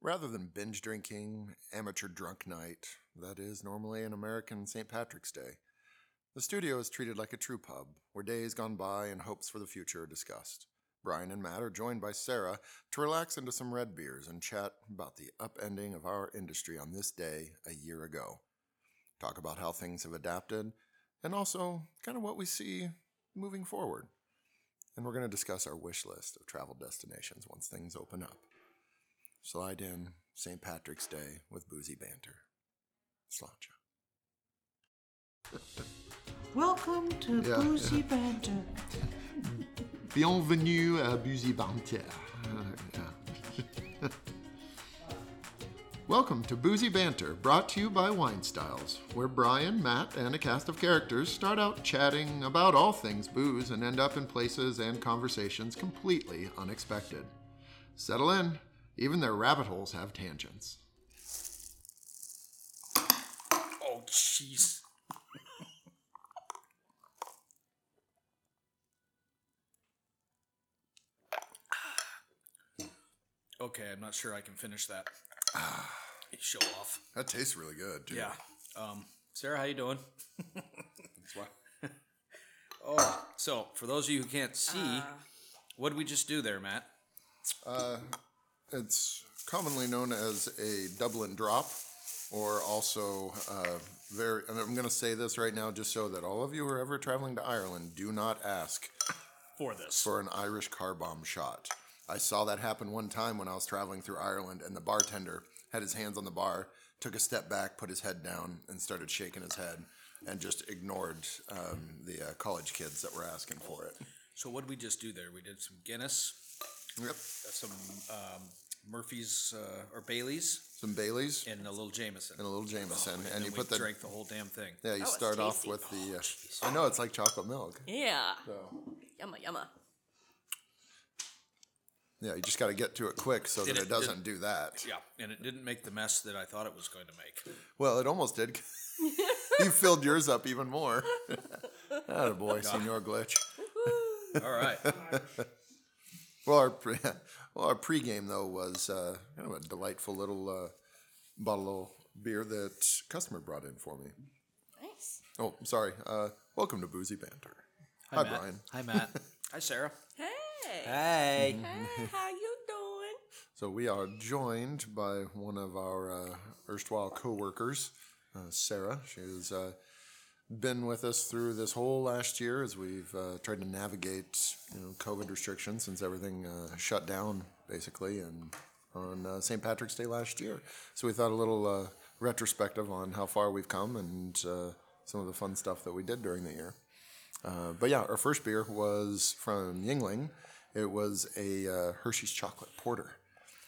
Rather than binge drinking, amateur drunk night, that is normally an American St. Patrick's Day, the studio is treated like a true pub, where days gone by and hopes for the future are discussed. Brian and Matt are joined by Sarah to relax into some red beers and chat about the upending of our industry on this day a year ago. Talk about how things have adapted and also kind of what we see moving forward. And we're going to discuss our wish list of travel destinations once things open up. Slide in St. Patrick's Day with boozy banter. Sláinte. Welcome to Yeah, Boozy Banter. Bienvenue à Boozy Banter. Welcome to Boozy Banter, brought to you by Wine Styles, where Brian, Matt, and a cast of characters start out chatting about all things booze and end up in places and conversations completely unexpected. Settle in, even their rabbit holes have tangents. Oh, jeez. okay, I'm not sure I can finish that. You Show off. That tastes really good, dude. Yeah. Um, Sarah, how you doing? That's why. oh, so for those of you who can't see, what did we just do there, Matt? It's commonly known as a Dublin drop, or also uh, very. And I'm going to say this right now, just so that all of you who are ever traveling to Ireland do not ask For this. for an Irish car bomb shot. I saw that happen one time when I was traveling through Ireland, and the bartender had his hands on the bar, took a step back, put his head down, and started shaking his head, and just ignored um, the uh, college kids that were asking for it. so what did we just do there? We did some Guinness, Yep. some um, Murphy's uh, or Bailey's, Some Baileys and a little Jameson. and a little Jameson, and, Oh, and you we put the drank the whole damn thing. Yeah, you it's start off tasty. with the. Uh, I know it's like chocolate milk. Yeah. So Yumma, yumma. yeah, you just got to get to it quick so Did that it- it doesn't did- do that. Yeah, and it didn't make the mess that I thought it was going to make. Well, it almost did. you filled yours up even more. oh boy, Senor Glitch. All right. Well, our pre- well, our pregame though was uh, kind of a delightful little uh, bottle of beer that customer brought in for me. Nice. Oh, sorry. Uh, welcome to Boozy Banter. Hi, Brian. Hi, Matt. Hi, Sarah. Hey. Hey. Mm-hmm. Hey, how you doing? So we are joined by one of our uh, erstwhile co-workers, uh, Sarah. She's uh, been with us through this whole last year as we've uh, tried to navigate, you know, COVID restrictions since everything uh, shut down basically, and on uh, St. Patrick's Day last year. So we thought a little uh, retrospective on how far we've come and uh, some of the fun stuff that we did during the year. Uh, but yeah, our first beer was from Yingling. It was a uh, Hershey's chocolate porter.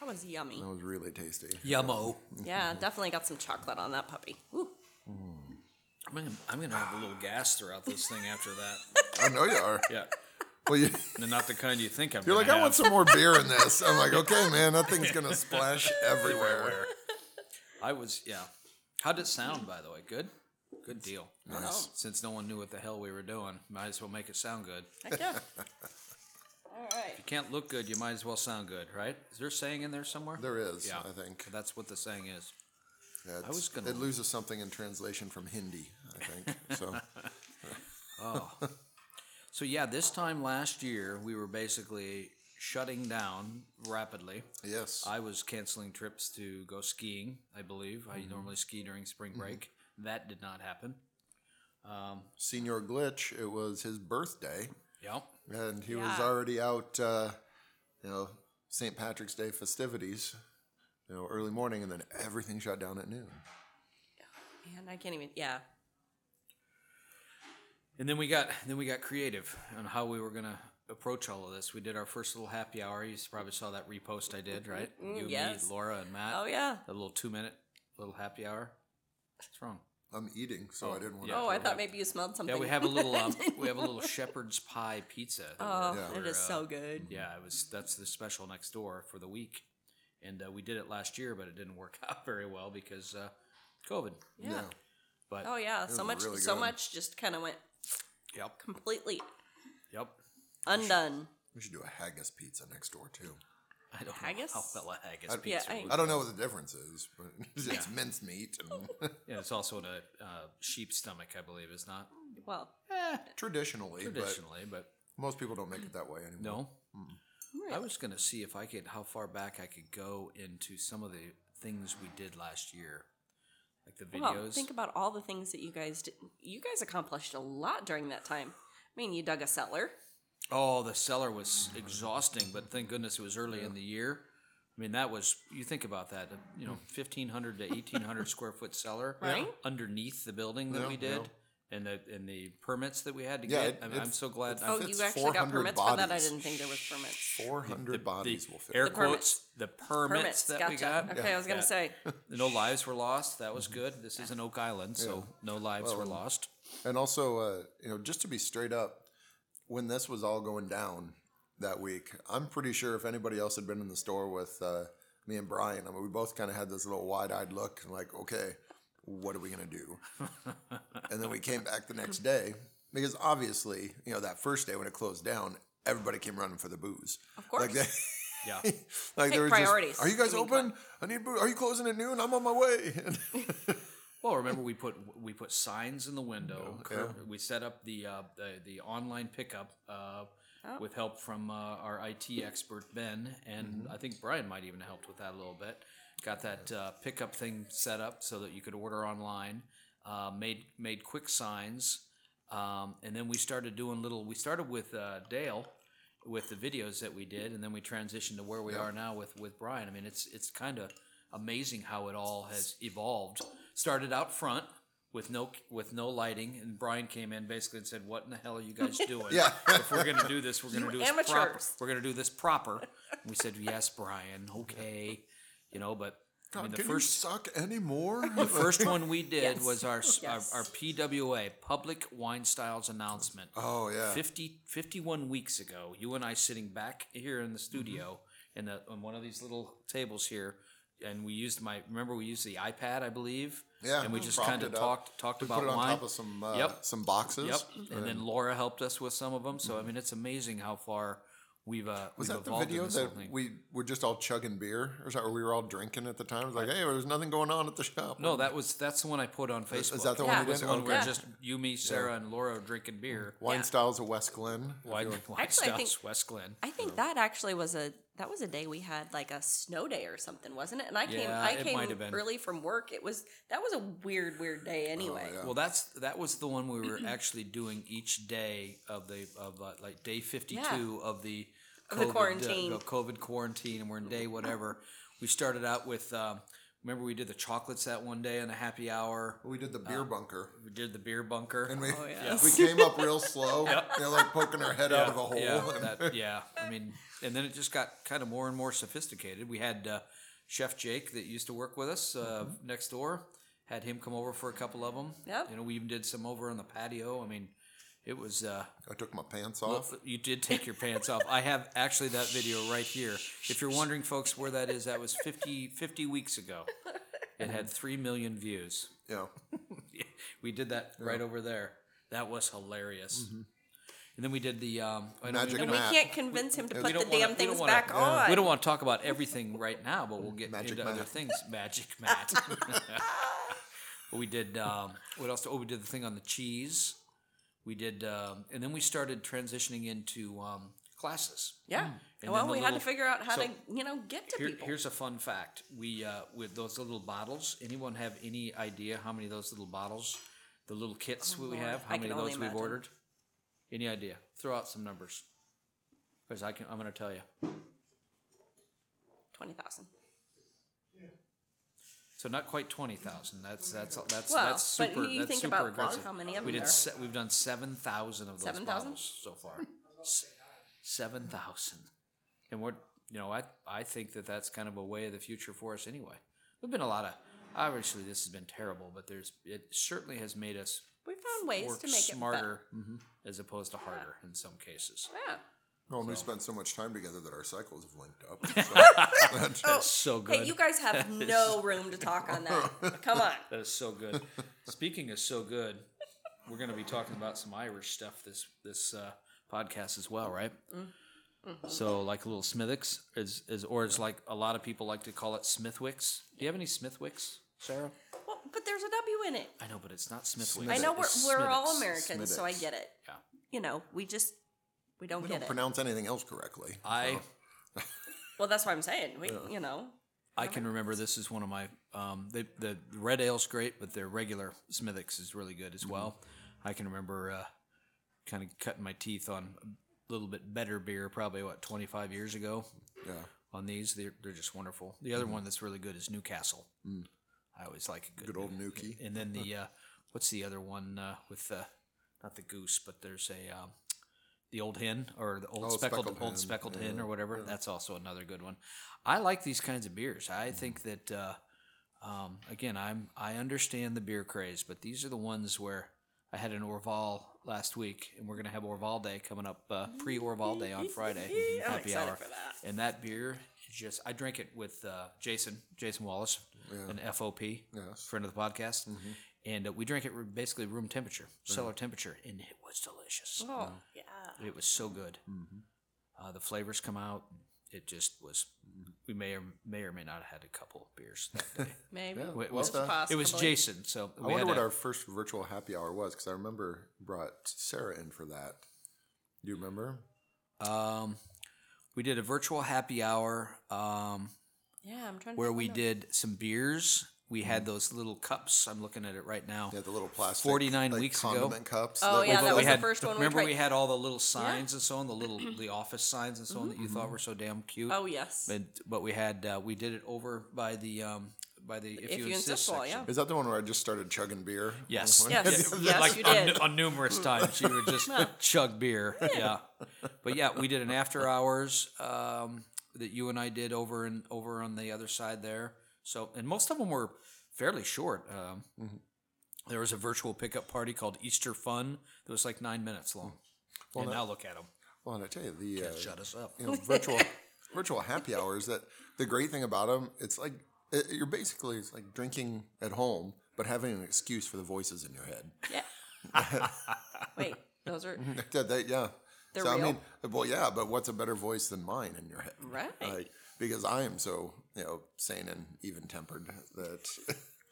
That one's yummy. That was really tasty. Yummo. Yeah, definitely got some chocolate on that puppy. Ooh. I'm gonna, I'm gonna have a little gas throughout this thing after that. I know you are. Yeah, Well, you, and not the kind you think I'm. you're like, gonna I want have. some more beer in this. I'm like, okay, man, that thing's gonna splash everywhere. I was. Yeah. How would it sound, by the way? Good. Good deal. Nice. Since no one knew what the hell we were doing, might as well make it sound good. Heck yeah. All right. Can't look good, you might as well sound good, right? Is there a saying in there somewhere? There is, Yeah. I think. That's what the saying is. Yeah, I was gonna- It loses something in translation from Hindi, I think. So So yeah, this time last year we were basically shutting down rapidly. yes, I was canceling trips to go skiing. I believe I Mm-hmm. normally ski during spring break. That did not happen. Senior Glitch. It was his birthday, Yeah, and he was Yeah. already out. Uh, you know, St. Patrick's Day festivities. You know, early morning, and then everything shut down at noon. Man, I can't even. Yeah. and then we got then we got creative on how we were gonna approach all of this. We did our first little happy hour. You probably saw that repost I did, right? you, Mm-hmm. yes. me, Laura, and Matt. Oh, yeah. a little two minute little happy hour. What's wrong? I'm eating, so I didn't want yeah. Oh, I thought maybe you smelled something. Yeah, we have a little um, we have a little shepherd's pie pizza. that we're- Oh, Yeah. it is so good. Yeah, it was that's the special next door for the week, and uh, we did it last year, but it didn't work out very well because uh, COVID. Yeah. Yeah. But Oh yeah, so much, really so good. much just kind of went yep, completely yep. undone. We should do a haggis pizza next door too. I don't Haggis? know how well a haggis I'd- pizza Yeah, I- would I don't know what the difference is, but it's Yeah. minced meat and Yeah, it's also the uh, sheep stomach, I believe, is not Well, traditionally, traditionally, but but most people don't make it that way anymore. no. I really. was gonna see if I could how far back I could go into some of the things we did last year, like the videos. Wow, think about all the things that you guys did. You guys accomplished a lot during that time. I mean, you dug a cellar. oh, the cellar was exhausting, but thank goodness it was early in the year. I mean, that was you think about that, you know, fifteen hundred to eighteen hundred square foot cellar Right. underneath the building that Yeah, we did. yeah. And the and the permits that we had to Yeah, get. it- I mean, it's- I'm so glad. it's- I'm- Oh, Fits you actually got 400 permits for that? I bodies. didn't think there was permits. 400 bodies will fit. air The quotes the permits, Permits. that gotcha. we got. Okay, I was gonna Yeah. say. No lives were lost. That was Mm-hmm. good. This isn't Oak Island, so no lives were lost. And also, uh, you know, just to be straight up, when this was all going down that week, I'm pretty sure if anybody else had been in the store with uh, me and Brian, I mean, we both kind of had this little wide-eyed look and like, okay, what are we gonna do? and then we came back the next day because obviously, you know, that first day when it closed down, everybody came running for the booze. Of course. Like they, Yeah. like Hey, there was priorities. Just, are you guys I mean, open? I need booze. Are you closing at noon? I'm on my way. Well, remember we put we put signs in the window. cur- We set up the uh, the, the online pickup uh, with help from uh, our IT expert Ben, and I think Brian might even have helped with that a little bit. Got that uh, pickup thing set up so that you could order online. Uh, made made quick signs, um, and then we started doing little. We started with uh, Dale with the videos that we did, and then we transitioned to where we are now with with Brian. I mean, it's it's kind of amazing how it all has evolved. Started out front with no with no lighting, and Brian came in basically and said, "What in the hell are you guys doing? Yeah. if we're gonna do this, we're gonna do this proper. amateurs." We're gonna do this proper." And we said, "Yes, Brian. Okay, you know, but." I mean, the Can first Oh, you suck anymore? the first one we did Yes. was our, Yes. our our PWA Public Wine Styles announcement. oh yeah. 50, 51 weeks ago, you and I sitting back here in the studio Mm-hmm. in the on one of these little tables here, and we used my remember we used the iPad, I believe. Yeah, and we we just propped kind of it up. talked talked We about put it on wine. top of some uh, Yep. some boxes. yep, Mm-hmm. and then Laura helped us with some of them. So I mean, it's amazing how far we've uh, Mm-hmm. Was we've that the evolved in video this that whole thing. we were just all chugging beer, or something? Or we were all drinking at the time? It was like, hey, there's nothing going on at the shop. no, that was that's the one I put on Facebook. is that the Yeah. one you Was did? the one Okay. where Yeah. just you, me, Sarah, and Laura are drinking beer? Wine Yeah. styles of West Glen. Why, why Actually, I Stouts, think- West Glen? I think that actually was a that was a day we had like a snow day or something, wasn't it? And I came Yeah, I it came might have been. early from work. It was that was a weird weird day Oh, anyway. yeah. Well, that's that was the one we were actually doing each day of the of uh, like day fifty two of the Of the COVID, uh, quarantine. the COVID quarantine, and we're in day whatever. We started out with um, remember we did the chocolates that one day and a happy hour. We did the Uh, beer bunker, We did the beer bunker. and we Oh, yes. we came up real slow. You know, like poking our head out of a hole. Yeah, and- that- yeah. I mean, and then it just got kind of more and more sophisticated. We had uh, Chef Jake that used to work with us uh, next door. Had him come over for a couple of them. Yep. You know, we even did some over on the patio. I mean, it was. Uh, I took my pants off. you did take your pants off. I have actually that video right here. If you're wondering, folks, where that is, that was 50, 50 weeks ago. It had 3 million views. Yeah, We did that right over there. That was hilarious. And then we did the um, I know we- Magic we We don't- Matt. can't convince him to we put the don't wanna- damn we don't things wanna- back on. We don't want to talk about everything right now, but we'll get Magic into other Matt. things. Magic Matt. we did. Um, what else? Oh, we did the thing on the cheese. We did, um, and then we started transitioning into um, classes. yeah. Hmm. And well, then the we had little- to figure out how so- to you know get to Here, people. here's a fun fact: we uh, with those little bottles. Anyone have any idea how many of those little bottles, the little kits we Oh, Lord. have, how I many can of those only we've imagine. ordered? Any idea? Throw out some numbers, because I can. I'm going to tell you. Twenty thousand. So not quite twenty thousand. That's that's that's Well, that's but super. you that's think super about aggressive. how many of we them did. there Se- we've done seven thousand of those 7,000? bottles so far. S- seven thousand, and what you know, I I think that that's kind of a way of the future for us anyway. There've been a lot of. Obviously, this has been terrible, but there's it certainly has made us We found ways work to make smarter mm-hmm, as opposed to harder in some cases. it better. Yeah. well, and we spent so much time together that our cycles have linked up. So. Oh, So good. hey, you guys have no room to talk on that. Come on. That is so good. Speaking of so good, we're going to be talking about some Irish stuff this this uh, podcast as well, right? Mm-hmm. So like little Smithwicks is is or it's like a lot of people like to call it Smithwicks. Do you have any Smithwicks, Sarah? Well, but there's a W in it. I know, but it's not Smithwicks. I know we're, it's we're all Smithwicks. Americans, so I Smiddix. get it. Yeah. You know, we just we don't We get don't it. pronounce anything else correctly. I so- Well, that's what I'm saying. We, you know, I can remember this is one of my um, the the red ale's great, but their regular Smithwick's is really good as well. I can remember uh, kind of cutting my teeth on a little bit better beer, probably what twenty five years ago. yeah. On these, they're they're just wonderful. The Mm-hmm. other one that's really good is Newcastle. I always like a good, Mm. Good old Nuki. And then the uh, what's the other one uh, with uh, not the goose, but there's a um, the old hen or the old Oh, speckled, speckled hen, old speckled hen yeah, or whatever. That's also another good one. I like these kinds of beers. Mm-hmm. I think that uh, um, again, I'm I understand the beer craze, but these are the ones where I had an Orval last week, and we're gonna have Orval Day coming up, uh, pre Orval Day on Friday, I'm happy excited hour. for that. And that beer is just I drank it with uh, Jason Jason Wallace, an FOP Yes. Mm-hmm. friend of the podcast, and uh, we drank it r- basically room temperature, cellar temperature, and it was delicious. oh yeah, It was so good. Mm-hmm. Uh, the flavors come out. It just was. Mm-hmm. We may or may or may not have had a couple of beers that day. maybe Yeah, uh, Wait, well was- done. it was Possibly. Jason, so I we wonder had what a- our first virtual happy hour was because I remember brought Sarah in for that. Do you remember? um, we did a virtual happy hour um, yeah. I'm trying to where we find out. did some beers. We had those little cups. I'm looking at it right now. Mm-hmm. Yeah, the little plastic 49 like, weeks ago. condiment cups. Oh, yeah, we- that we was the had- first one we Remember, we tried. Mm-hmm. had all the little signs and so on, the little the office signs and so on that you thought were so damn cute. Oh yes, But but we had uh, we did it over by the um by the if, if you, you insist, insist, well, section. yeah. Is that the one where I just started chugging beer? Yes. Yes, yes, like you on- did. On, numerous times, you would just chug beer. Yeah, but yeah, we did an after hours um, that you and I did over and over on the other side there. So, and most of them were fairly short. Um, There was a virtual pickup party called Easter Fun that was like nine minutes long. and now look at them, Well, and I tell you, the uh, shut us up. you know, virtual virtual happy hours. That the great thing about them, it's like it, you're basically it's like drinking at home, but having an excuse for the voices in your head. yeah. Wait, those are That- that- yeah. They're so real. I mean, well, yeah, but what's a better voice than mine in your head? right. Like, because I am so you know sane and even tempered that.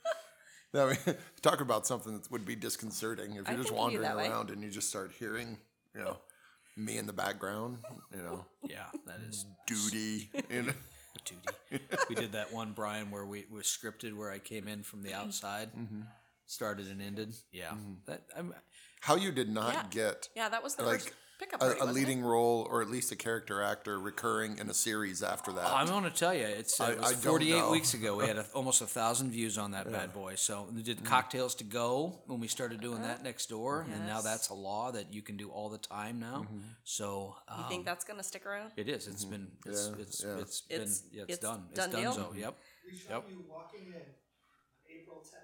I mean, talk about something that would be disconcerting if I you're just think of you wandering that way. around and you just start hearing, you know, me in the background, you know, Yeah, that is Mm-hmm. duty, you know. duty. we did that one, Brian, where we was scripted where I came in from the Mm-hmm. outside, started and ended. Yeah, that I'm, how you did not Yeah. get yeah, that was the like first pickup a, party, a wasn't it? leading role or at least a character actor recurring in a series after that. I'm going to tell you, it's uh, I- it I was don't 48 know. weeks ago. We had a, almost a thousand views on that bad boy. So we Mm. did cocktails to go when we started doing that next door, and now Uh-huh. Yes. that's a law that you can do all the time now. Mm-hmm. So um, You think that's gonna stick around? it is. It's been. It's Yeah, it's, yeah. it's been. It's- yeah, it's, it's done. done it's done. deal. So yep. We shot Yep. you walking in on April 10th.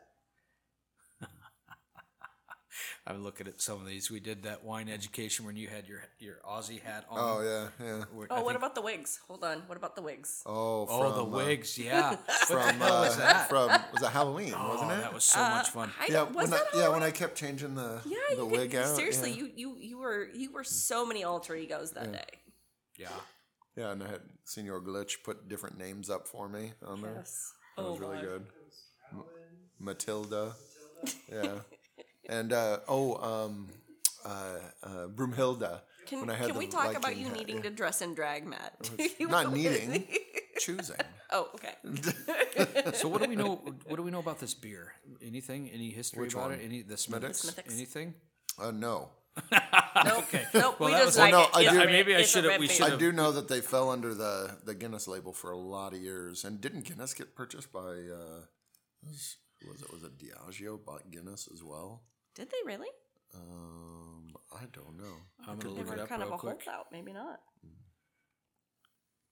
I'm looking at some of these. We did that wine education when you had your your Aussie hat on. oh yeah, yeah. Where- Oh, I what think- about the wigs? Hold on. What about the wigs? Oh, from, Oh, the uh, wigs. Yeah. from uh, from was it Halloween, oh, wasn't it? that was so Uh-huh. much fun. Uh, I, yeah, was when that I, yeah, when I kept changing the Yeah, the you wig could, out. seriously, yeah. you you you were you were so many alter egos that day. yeah. Yeah, and I had Senor Glitch put different names up for me on there. Yes. That Oh, was really my. good. M- Matilda. Yeah. and uh, oh, um, uh, uh, Broomhilda. Can, when I had can we the talk about Viking you hat, needing yeah. to dress in drag, Matt? Not needing, choosing. oh, okay. So what do we know? What do we know about this beer? Anything? Any history Which about one? it? Any the Smithwick's? Smithwick's. Anything? Uh, no. Nope. Nope. Well, we that just was- Well, like no, it. I It's do- a I- red- maybe I it's a should've- red we beer. should've- I do know that they fell under the, the Guinness label for a lot of years, and didn't Guinness get purchased by uh, was, was it was it Diageo bought Guinness as well? Did they really? Um, I don't know, I'm gonna They look it were up kind of real a quick. holdout. Maybe not.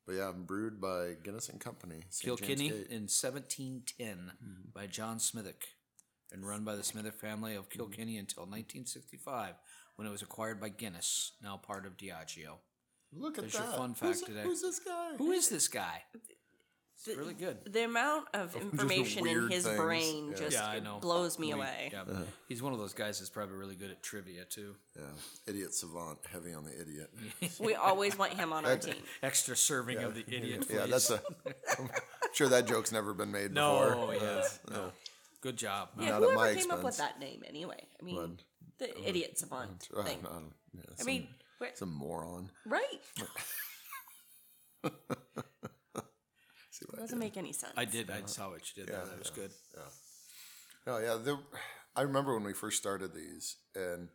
but yeah, brewed by Guinness and Company, St. James Mm-hmm. Kilkenny Gate. in 1710 by John Smithick, and run by the Smithick family of Mm-hmm. Kilkenny until 1965, when it was acquired by Guinness, now part of Diageo. Look at There's that. your fun Who's- fact today. Who's this guy? Who is this guy? The- really good. The amount of information in weird his things. brain Yeah. just Yeah, I know. blows me We- away. Yeah, Uh-huh. he's one of those guys that's probably really good at trivia too. Yeah. Idiot savant, heavy on the idiot. We always want him on our That- team. Extra serving of the idiot. yeah, that's please. a. I'm sure that joke's never been made no. before. Oh, yeah, That's- no. Good job. Yeah, Not at whoever my came up with expense. that name anyway. I mean, But- the idiot savant uh, thing. uh, yeah, I some- mean, where- some moron. right? See what I Doesn't did? make any sense. I did. I saw what you did. there. That was good. Oh yeah, the, I remember when we first started these, and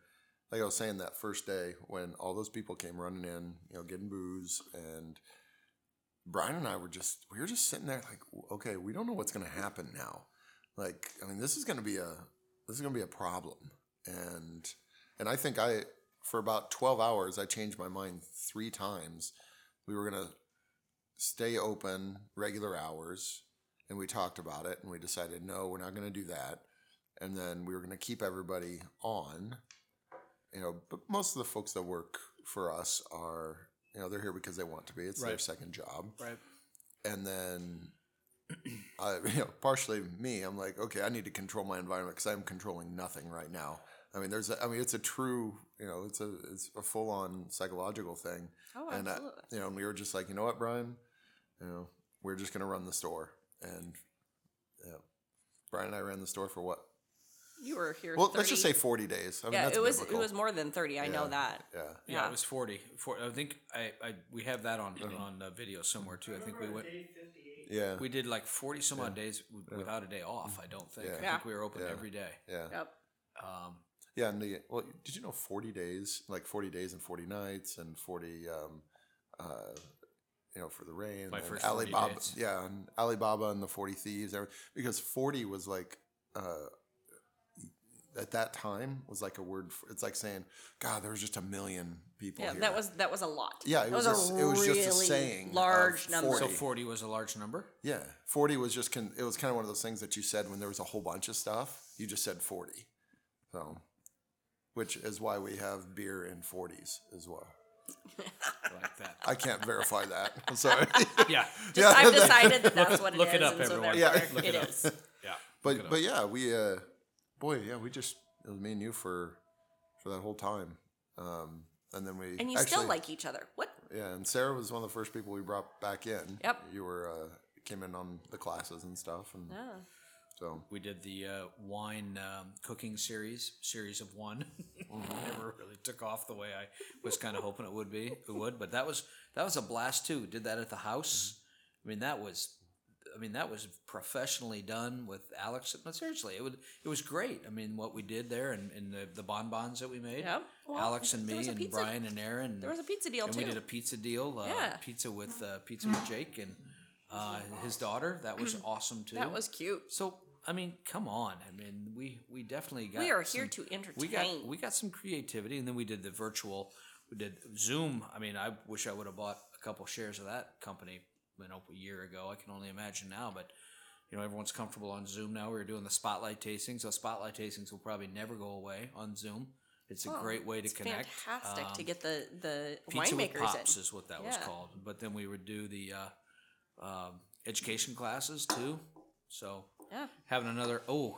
like I was saying, that first day when all those people came running in, you know, getting booze, and Brian and I were just we were just sitting there like, okay, we don't know what's going to happen now. Like, I mean, this is going to be a this is going to be a problem, and and I think I for about twelve hours I changed my mind three times. We were going to stay open regular hours and we talked about it and we decided no we're not going to do that and then we were going to keep everybody on you know but most of the folks that work for us are you know they're here because they want to be it's their Right. second job Right. and then I, you know, partially me, I'm like, okay, I need to control my environment because I'm controlling nothing right now. I mean, there's, a, I mean, it's a true, you know, it's a, it's a full on psychological thing. Oh, and uh, I, absolutely. you know, and we were just like, you know what, Brian, you know, we're just gonna run the store, and yeah, Brian and I ran the store for what? You were here. Well, let's just 30 say 40 days. I mean, yeah, that's it was biblical. it was more than thirty. I know that. Yeah, Yeah, Yeah. it was 40. For- I think I, I we have that on on uh, video somewhere too. I think we went. Day 58. Uh-huh. yeah, We did like 40 some odd days w- without a day off. I don't think. Yeah. I Yeah. think we were open Yeah. every day. yeah. Yep. Um, Yeah, and the, well, did you know forty days, like forty days and forty nights, and forty, um, uh, you know, for the rain. My and first 40 Alibaba, days. yeah, and Alibaba and the Forty Thieves, every- because forty was like uh, at that time was like a word. For, it's like saying, God, there was just a million people. Yeah, here. that was that was a lot. Yeah, it that was just- it was just a saying of large number. 40. So 40 was a large number. Yeah, forty was just con- it was kind of one of those things that you said when there was a whole bunch of stuff. You just said forty, so which is why we have beer in forties as well. I like that. I can't verify that. I'm sorry. yeah. yeah, I've decided that that's what it is. look it up, and so everyone. Yeah, therefore look it it up. is. Yeah. Look but it up. but yeah, we uh, boy, yeah, we just it was me and you for for that whole time, um, and then we And you still actually- like each other. What? yeah, and Sarah was one of the first people we brought back in. Yep. you were uh, came in on the classes and stuff, and Oh. so We did the uh, wine um, cooking series, series of one. Mm-hmm. Never really took off the way I was kind of hoping it would be. It would, but that was that was a blast too. Did that at the house. Mm-hmm. I mean, that was, I mean, that was professionally done with Alex. But seriously, it would it was great. I mean, what we did there and, and the, the bonbons that we made. Yep. Well, Alex and there me was a and pizza- Brian and Aaron. There was a pizza deal and too. we did a pizza deal. Uh, Yeah. Pizza with uh, pizza with Jake and uh, his daughter. That was awesome too. that was cute. So I mean, come on. I mean, we we definitely got. We are here some- to entertain. Mm. We got we got some creativity, and then we did the virtual. We did Zoom. I mean, I wish I would have bought a couple shares of that company, you know, a year ago. I can only imagine now, but. You know, everyone's comfortable on Zoom now. We're doing the spotlight tastings. So spotlight tastings will probably never go away on Zoom. It's a Well, great way to Oh, it's connect. Fantastic to Um, get the the Pizza with winemakers Pops in. is what that was Yeah. called. But then we would do the uh, um, education classes too. So Yeah. having another oh,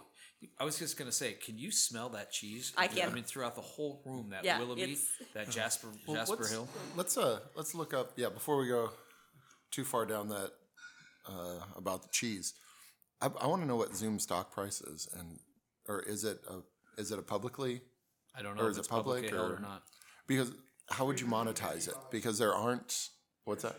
I was just gonna say, can you smell that cheese? I can. I mean, throughout the whole room, that Yeah, Willoughby, it's- that Jasper Well, Jasper let's- Hill. Let's uh let's look up yeah before we go too far down that uh, about the cheese. I, I want to know what Zoom stock price is and or is it a is it a publicly I don't or know is it if it's public, public held or, or- not. because how would you monetize it because there aren't what's that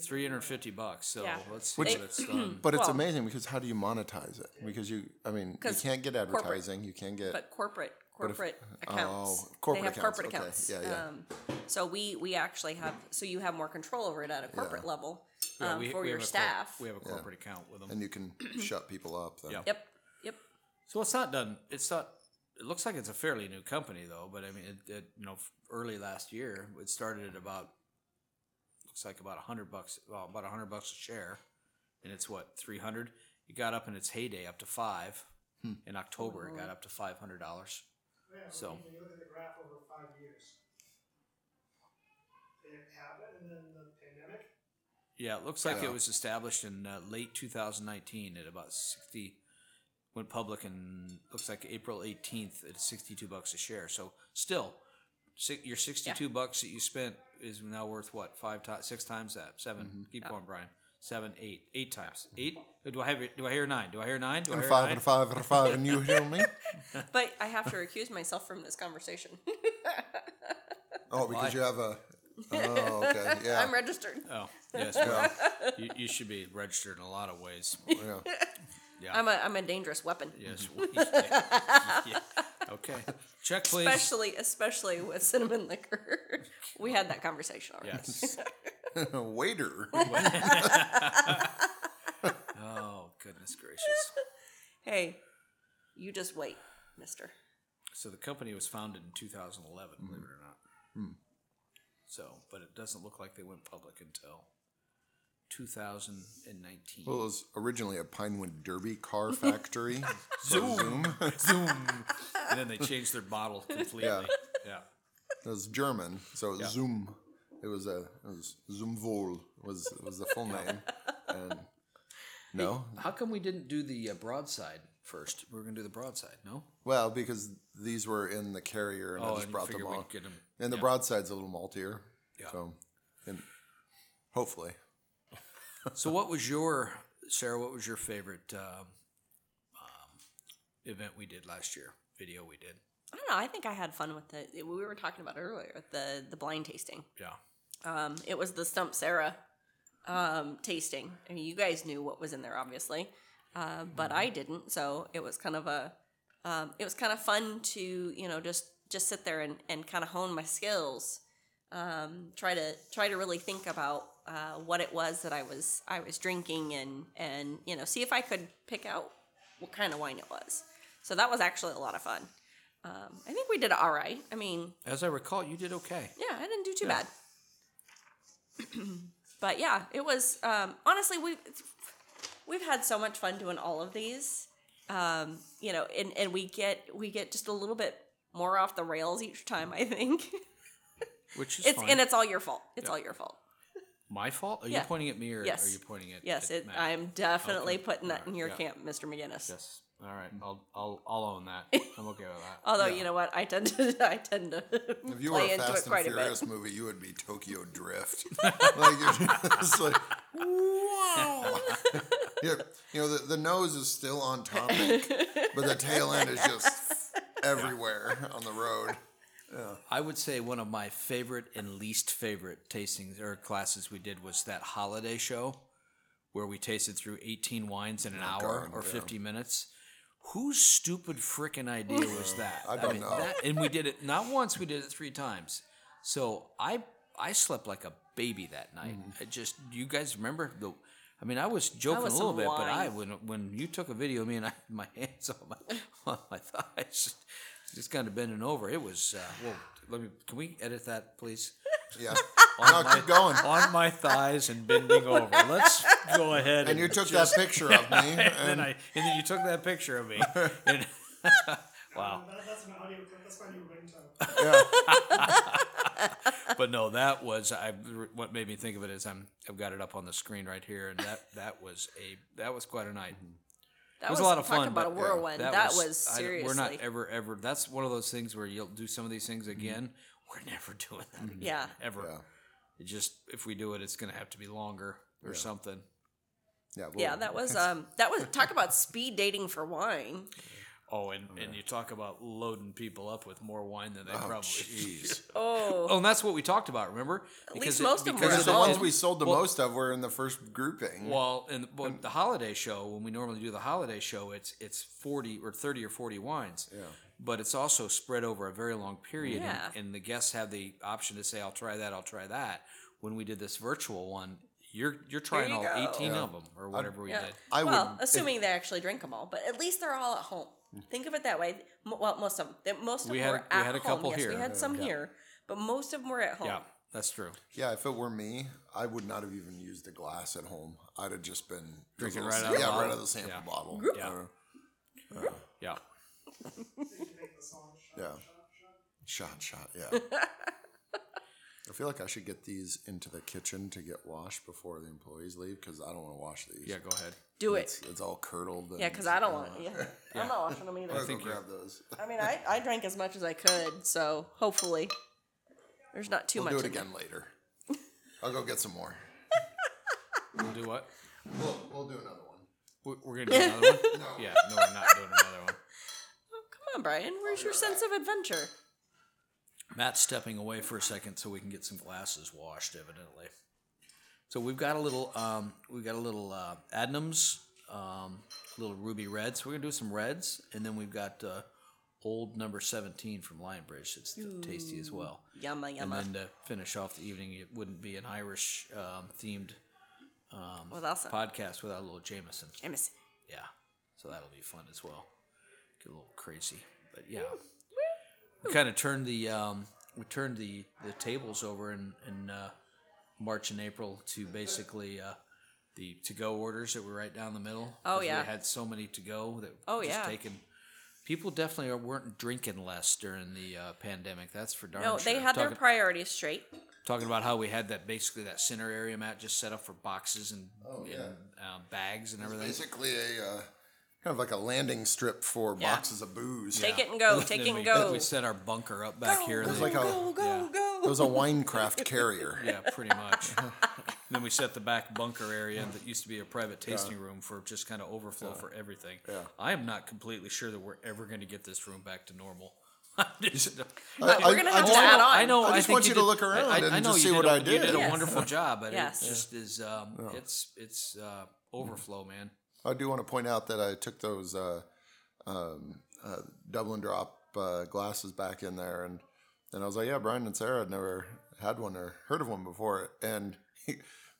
Three hundred fifty bucks. So Yeah. let's see Which- what it's done. but it's Well- amazing because how do you monetize it because you I mean you 'Cause can't get corporate. advertising you can't get But corporate corporate uh, accounts. oh, corporate they have accounts, corporate okay, accounts. yeah, yeah. Um, so we we actually have so you have more control over it at a corporate level um, Yeah, we- for we your have a cor- staff. we have a corporate account with them. and you can shut people up then. Yep. yep. Yep. So it's not done. It's not. It looks like it's a fairly new company though. But I mean, it, it you know, f- early last year, it started at about looks like about a hundred bucks. Well, about a hundred bucks a share, and it's what three hundred. It got up in its heyday up to five. In October, it got up to five hundred dollars. Oh, Yeah, So- When you look at the graph over five years, they have it, and then the pandemic, Yeah, it looks like Yeah. it was established in uh, late 2019 at about 60. Went public in looks like April 18th at 62 bucks a share. So still, si- your 62 bucks that you spent is now worth what five times, six times that, 7 Keep going, Brian. Seven, eight, eight times. Eight? Do I have? it- Do I hear nine? Do I hear nine? Do I And a hear five nine? and a five and a five, and you hear me? But I have to recuse myself from this conversation. Oh, Why? because you have a. Oh, okay. Yeah. I'm registered. Oh, yes. well, you, you should be registered in a lot of ways. yeah. Yeah. I'm a I'm a dangerous weapon. yes. we- yeah. Yeah. Okay. Check, please. Especially especially with cinnamon liquor. we had that conversation already. Yes. Waiter. Oh, goodness gracious. Hey, you just wait, mister. So the company was founded in 2011, believe it or not. Hmm. So, but it doesn't look like they went public until 2019. Well, it was originally a Pinewood Derby car factory. so Zoom. Zoom. and then they changed their model completely. Yeah. It was German, so it was Zoom. It was a it was Zoomwohl was was the full name. And no, How come we didn't do the uh, broadside first? We were going to do the broadside, no? well, because these were in the carrier, and I Oh, just and brought them figure we'd on. get 'em- And the broadside's a little maltier. Yeah. So, and hopefully, So, what was your, Sarah, what was your favorite um, um, event we did last year? Video we did? I don't know. I think I had fun with the we were talking about earlier the the blind tasting. Yeah. Um, it was the Stump Sarah um, tasting. I mean, you guys knew what was in there, obviously, uh, but I didn't. So it was kind of a, um, it was kind of fun to you know just just sit there and, and kind of hone my skills, um, try to try to really think about uh, what it was that I was I was drinking and and you know see if I could pick out what kind of wine it was. So that was actually a lot of fun. Um, I think we did all right. I mean, As I recall, you did okay. yeah, I didn't do too bad. but yeah, it was um, honestly we we've had so much fun doing all of these. Um, you know, and, and we get we get just a little bit more off the rails each time. I think Which is it's fine. and it's all your fault. It's all your fault. My fault? Are Yeah. you pointing at me or Yes. are you pointing at Yes, at it, Matt? I'm definitely Okay. putting that Alright, in your yeah. camp, Mr. McGinnis. Yes. All right. I'll I'll I'll own that. I'm okay with that. Although you know what, I tend to I tend to if you were play a into it Fast and quite a bit. Furious movie, you would be Tokyo Drift. like you're just like wow. yeah, you know the, the nose is still on topic, but the tail end is just everywhere on the road. I would say one of my favorite and least favorite tastings or classes we did was that holiday show where we tasted through 18 wines in an hour Oh, God, or yeah. 50 minutes. Whose stupid frickin' idea was that? I don't know. That, and we did it not once, we did it three times. So I I slept like a baby that night. I just you guys remember the I mean I was joking was a little some bit, but I wine. when when you took a video of me and I had my hands on my on my thighs, just kind of bending over. It was uh, well. Let me. Can we edit that, please? Yeah. On no, keep going. on my thighs and bending over. Let's go ahead. And you took just- that picture of me, And then and I and then you took that picture of me. And, wow. That, that's an audio clip. That's my new ringtone. yeah, But no, that was I. What made me think of it is I'm I've got it up on the screen right here, and that that was a that was quite a night. That It was a lot of talk fun, about a but, yeah, whirlwind. that, was, I don't- seriously. We're not ever ever. That's one of those things where you'll do some of these things again. We're never doing that again. Yeah. Ever. Mm-hmm. Yeah. It just if we do it, it's going to have to be longer or something. yeah, well, Yeah, that was um that was talk about speed dating for wine. Oh, and, and you talk about loading people up with more wine than they probably. Oh, Jeez. Oh, Oh, and that's what we talked about. Remember? At least most of 'em were Because the Well, ones we sold the most of were in the first grouping. Well, and well, the holiday show when we normally do the holiday show, it's it's forty or thirty or forty wines. Yeah. But it's also spread over a very long period, and- Yeah. and, the guests have the option to say, "I'll try that, I'll try that." When we did this virtual one, you're you're trying you all go. eighteen of them or whatever we yeah. did. I well, would. assuming they actually drink them all, but at least they're all at home. Think of it that way. M- well, most of them. that Most of We them had- were we at had a home. couple yes, here. We had some Yeah. here, but most of them were at home. Yeah, that's true. Yeah, if it were me, I would not have even used a glass at home. I'd have just been Drinking those right little- out of the yeah, right bottle. out of the sample Yeah. bottle. Yeah. Uh, Yeah. Did you make the song? Shut Yeah. Up, shut, up, shut. up? Shot, shot, yeah. I feel like I should get these into the kitchen to get washed before the employees leave because I don't want to wash these. Yeah, go ahead. Do it's, it. it's all curdled. Yeah, because I don't want. Yeah, I'm not washing them I either. think think you- grab those. I mean, I, I drank as much as I could, so hopefully there's not too We'll much. do it in there. again later. I'll go get some more. We'll do what? We'll, we'll do another one. We're, we're gonna do another one. No. Yeah, no, we're not doing another one. Oh, come on, Brian. Where's your sense of adventure? Matt's stepping away for a second so we can get some glasses washed, evidently. So we've got a little, um, we've got a little uh, Adnams, um, little ruby red. So we're gonna do some reds, and then we've got uh, old number seventeen from Lionbridge. It's tasty as well. Yumma yumma. And then to finish off the evening, it wouldn't be an Irish um, themed Mm. With us, podcast without a little Jameson. Jameson. Yeah, so that'll be fun as well. Get a little crazy, but yeah, we kind of turned the um, we turned the the tables over in in uh, March and April to basically uh, the to go orders that were right down the middle. Oh, 'cause yeah. we had so many to go that Oh, just yeah. taken. People definitely are- weren't drinking less during the uh, pandemic. That's for darn No, sure. they had their Talking- priorities straight. talking about how we had that basically that center area Matt just set up for boxes and, and, uh, bags and everything. Basically, a uh, kind of like a landing strip for Yeah. boxes of booze. Take it and go. And Take it then and we, go. We set our bunker up back here. It was and then- like a go, it go. was a winecraft carrier. yeah, pretty much. And then we set the back bunker area that used to be a private tasting room for just kind of overflow for everything. Yeah. I am not completely sure that we're ever going to get this room back to normal. I just- I- We're gonna have I to just- add on. I know. I just think want you to did- look around I, I, and I know just you see what a- I You did did. a Yes. wonderful job, but Yes. it just is. Um, It's it's uh, overflow, man. I do want to point out that I took those uh, um, uh, Dublin drop uh, glasses back in there, and and I was like, yeah, Brian and Sarah had never had one or heard of one before, and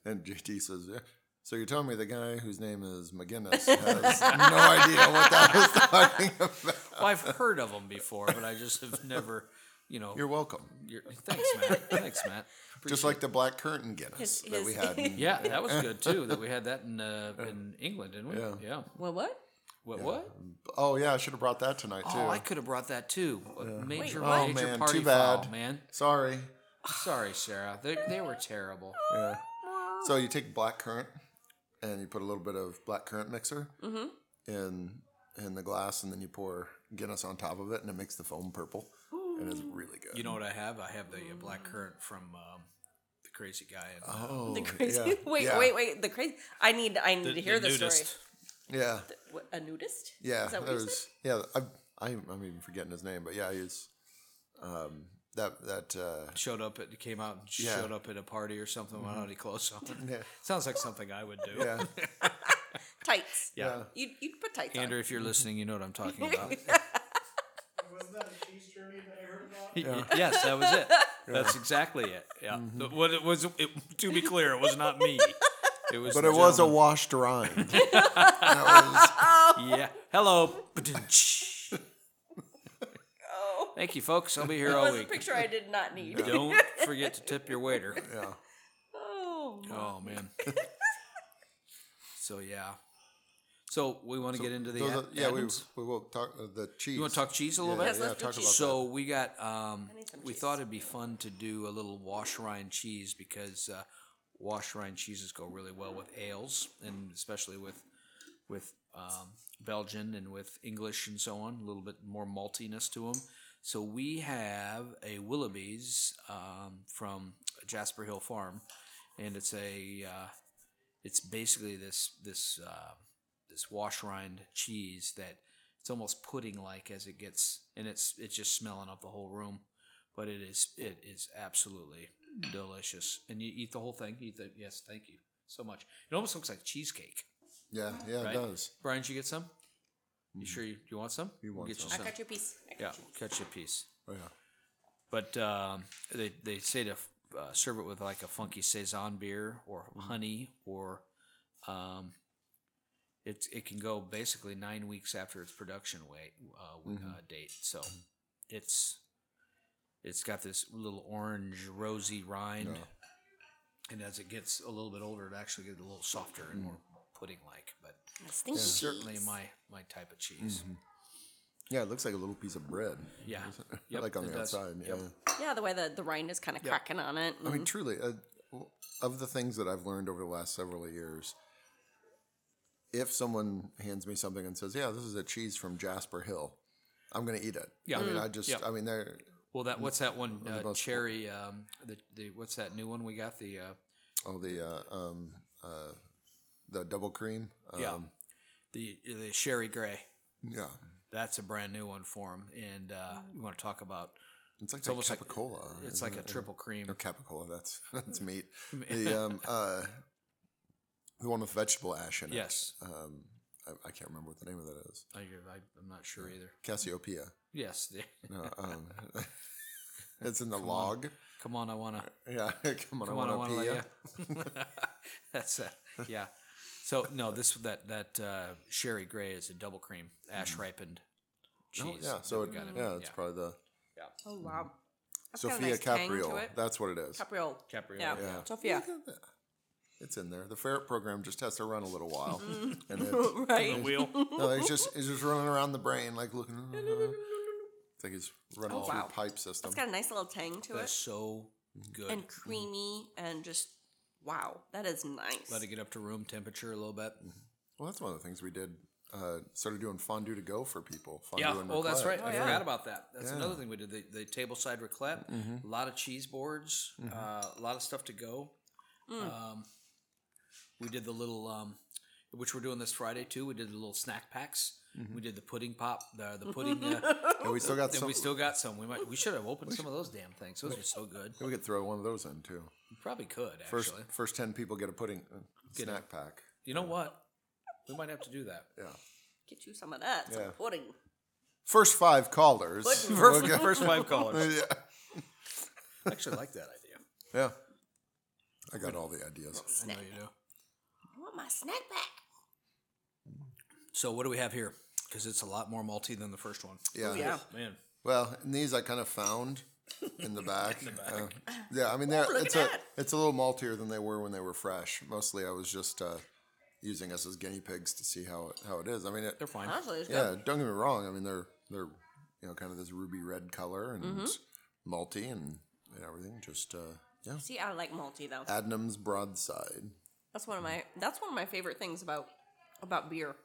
and JT says, yeah. So you're telling me the guy whose name is McGinnis has no idea what that was talking about? Well, I've heard of them before, but I just have never, you know. You're welcome. you're- thanks, Matt. Thanks, Matt. Just Appreciate like the black curtain Guinness His- that we his- had. in- Yeah, that was good too. That we had that in uh, in England, didn't we? Yeah. Well, what? What? What? Oh yeah, I should have brought that tonight too. Oh, I could have brought that too. A Major, Wait, what? Oh, major man, party too bad. foul, man. Sorry. Sorry, Sarah. They, they were terrible. Yeah. So you take black currant and you put a little bit of black currant mixer Mm-hmm. in in the glass, and then you pour Guinness on top of it, and it makes the foam purple, and it's really good. You know what I have? I have the uh, black currant from um, the crazy guy. In, uh, oh, The crazy. Yeah. wait, yeah. wait, wait. The crazy. I need. I need to hear the story. nudist. Yeah, What, a nudist? yeah. Is that what you There's yeah. I, I I'm even forgetting his name, but yeah, he's um that that uh, Showed up at came out and Yeah. showed up at a party or something. Why don't he close something? Sounds like something I would do. yeah said? Tights. Yeah. You'd, you'd put tights Andrew, if you're listening, you know what I'm talking about. Wasn't that a cheese journey that I heard about? yes, that was it. That's exactly it. Yeah. Mm-hmm. The- What it was. It, to be clear, it was not me. It was. but the it was a gentleman. washed rind. that Yeah. Hello. Thank you, folks. I'll be here on. It all Oh. was a week. picture I did not need. Don't forget to tip your waiter. was yeah. Oh, my- Oh man. So yeah. So we want to get into the Those ad- are- yeah, we, addons? we will talk uh, the cheese. You want to talk cheese a little Yeah, bit? yeah, let's do talk about that. cheese. So we got. Um, need some we cheese. thought it'd be fun to do a little wash rind cheese because uh, wash rind cheeses go really well with ales and especially with with um, Belgian and with English and so on. A little bit more maltiness to them. So we have a Willoughby's um, from Jasper Hill Farm, and it's a. Uh, it's basically this this uh, this wash rind cheese that it's almost pudding like as it gets and it's it's just smelling up the whole room but it is it is absolutely delicious and you eat the whole thing eat the yes thank you so much it almost looks like cheesecake yeah, yeah, right? it does. brian did you get some you sure you, you want some Mm. You We'll want get you I got your piece. I got yeah your piece. catch your piece Oh, yeah. but um, they they say to uh, serve it with like a funky saison beer or Mm-hmm. honey or um, it it can go basically nine weeks after its production weight uh, w- Mm-hmm. uh, date. So it's it's got this little orange rosy rind, and as it gets a little bit older, it actually gets a little softer Mm-hmm. and more pudding like. But Stinky certainly cheese. Mm-hmm. my my type of cheese. Yeah, it looks like a little piece of bread. Yeah. Yep, Like on it the does. outside. Yep. Mm-hmm. Yeah. Yeah, the way the, the rind is kind of cracking on it. I mean, truly, uh, of the things that I've learned over the last several years, if someone hands me something and says, "Yeah, this is a cheese from Jasper Hill," I'm going to eat it. Yeah. Mm. I mean, I just, Yeah. I mean, they're Well, that what's that one Mm, the uh, most- cherry? Um, the, the what's that new one we got? The uh, all the uh, um, uh, the double cream. Um, yeah, the the sherry gray. yeah. That's a brand new one for him, and uh, we want to talk about. It's like It's the almost like- capicola. It's isn't like Uh, a it? triple cream. Or capicola. That's that's meat. the um, uh, the one with vegetable ash in it. Yes, Um, I, I can't remember what the name of that is. I, I, am not sure either. Cassiopeia. Yes, the, No, um, it's in the log. come on, I wanna. Yeah, come on, Come I on, I want to wanna. pee. Let ya. you. That's uh, yeah. So no, this that that uh, sherry gray is a double cream ash ripened cheese. Mm-hmm. Oh, yeah, that so we it, got in. yeah, it's probably the Oh, wow. That's got a Sophia nice tang to Capriol. it. That's what it is. Capriol. Capriol, Yeah. yeah. Sophia. It's in there. The ferret program just has to run a little while, Mm. and it, The right. wheel. no, it's just it's just running around the brain like looking. it's like he's running Oh, through wow. a pipe system. It's got a nice little tang to That's it. so Mm-hmm. good. And creamy and just, wow. That is nice. Let it get up to room temperature a little bit. well, that's one of the things we did. Uh, started doing fondue to go for people. Fondue Yeah. and Oh, that's raclette. right. I yeah. forgot about that. That's Yeah. another thing we did. The, the tableside raclette. A lot of cheese boards. Uh, a lot of stuff to go. Um, we did the little, um, which we're doing this Friday too. We did the little snack packs. We did the pudding pop. The, the pudding. Uh, And we still got and some. we still got some. We might. We should have opened some of those damn things. Those are so good. we could throw one of those in too. We probably could actually. First, first ten people get a pudding uh, Get a- snack pack. you know what? We might have to do that. Yeah. Get you some of that. Some Yeah. pudding. First five callers. First, first five callers. yeah. I actually like that idea. Yeah. I got all the ideas. I know you do. I want my snack pack. So what do we have here? Because it's a lot more malty than the first one. Oh, Yeah. Oh, Yeah. Man, Well, and these I kind of found in the back. Uh, yeah, I mean, they're, look it's a at that. it's a little maltier than they were when they were fresh. Mostly, I was just uh, using us as guinea pigs to see how it, how it is. I mean, it, they're fine. Honestly, it's yeah, don't get me wrong. I mean, they're they're you know kind of this ruby red color and Mm-hmm. it's malty and, and everything. Just uh, yeah, See, I like malty though. Adnams broadside. That's one of my that's one of my favorite things about about beer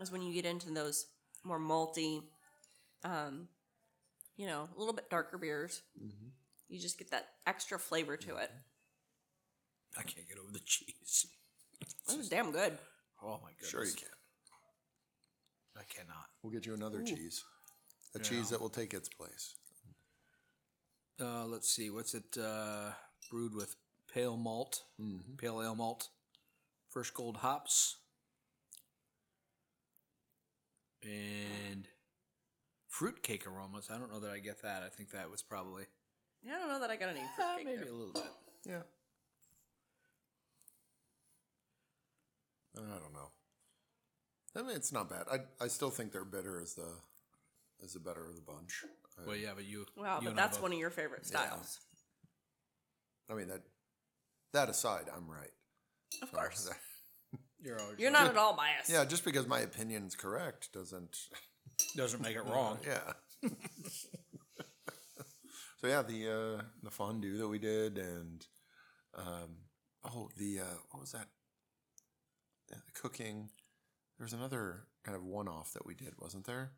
is when you get into those more malty, um, you know, a little bit darker beers. You just get that extra flavor to it. I can't get over the cheese. This is damn good. Oh my goodness. Sure you can. I cannot. We'll get you another cheese, a cheese that will take its place. Uh, let's see. What's it uh, brewed with? Pale malt, Mm-hmm. pale ale malt, first gold hops, and fruitcake aromas. I don't know that I get that. I think that was probably I don't know that I got any Uh, fruitcake. maybe there. a little bit. Yeah. I don't know. I mean, it's not bad. I I still think they're bitter as the as the better of the bunch. I, Well, yeah, but you. Wow, you but and I that's both- one of your favorite styles. I mean that that aside, I'm right. Of course. You're always You're not at all biased. Yeah, just because my opinion's correct doesn't. doesn't make it wrong. Yeah. so yeah, the uh, the fondue that we did, and um, oh, the uh, what was that? Uh, the cooking. There was another kind of one-off that we did, wasn't there?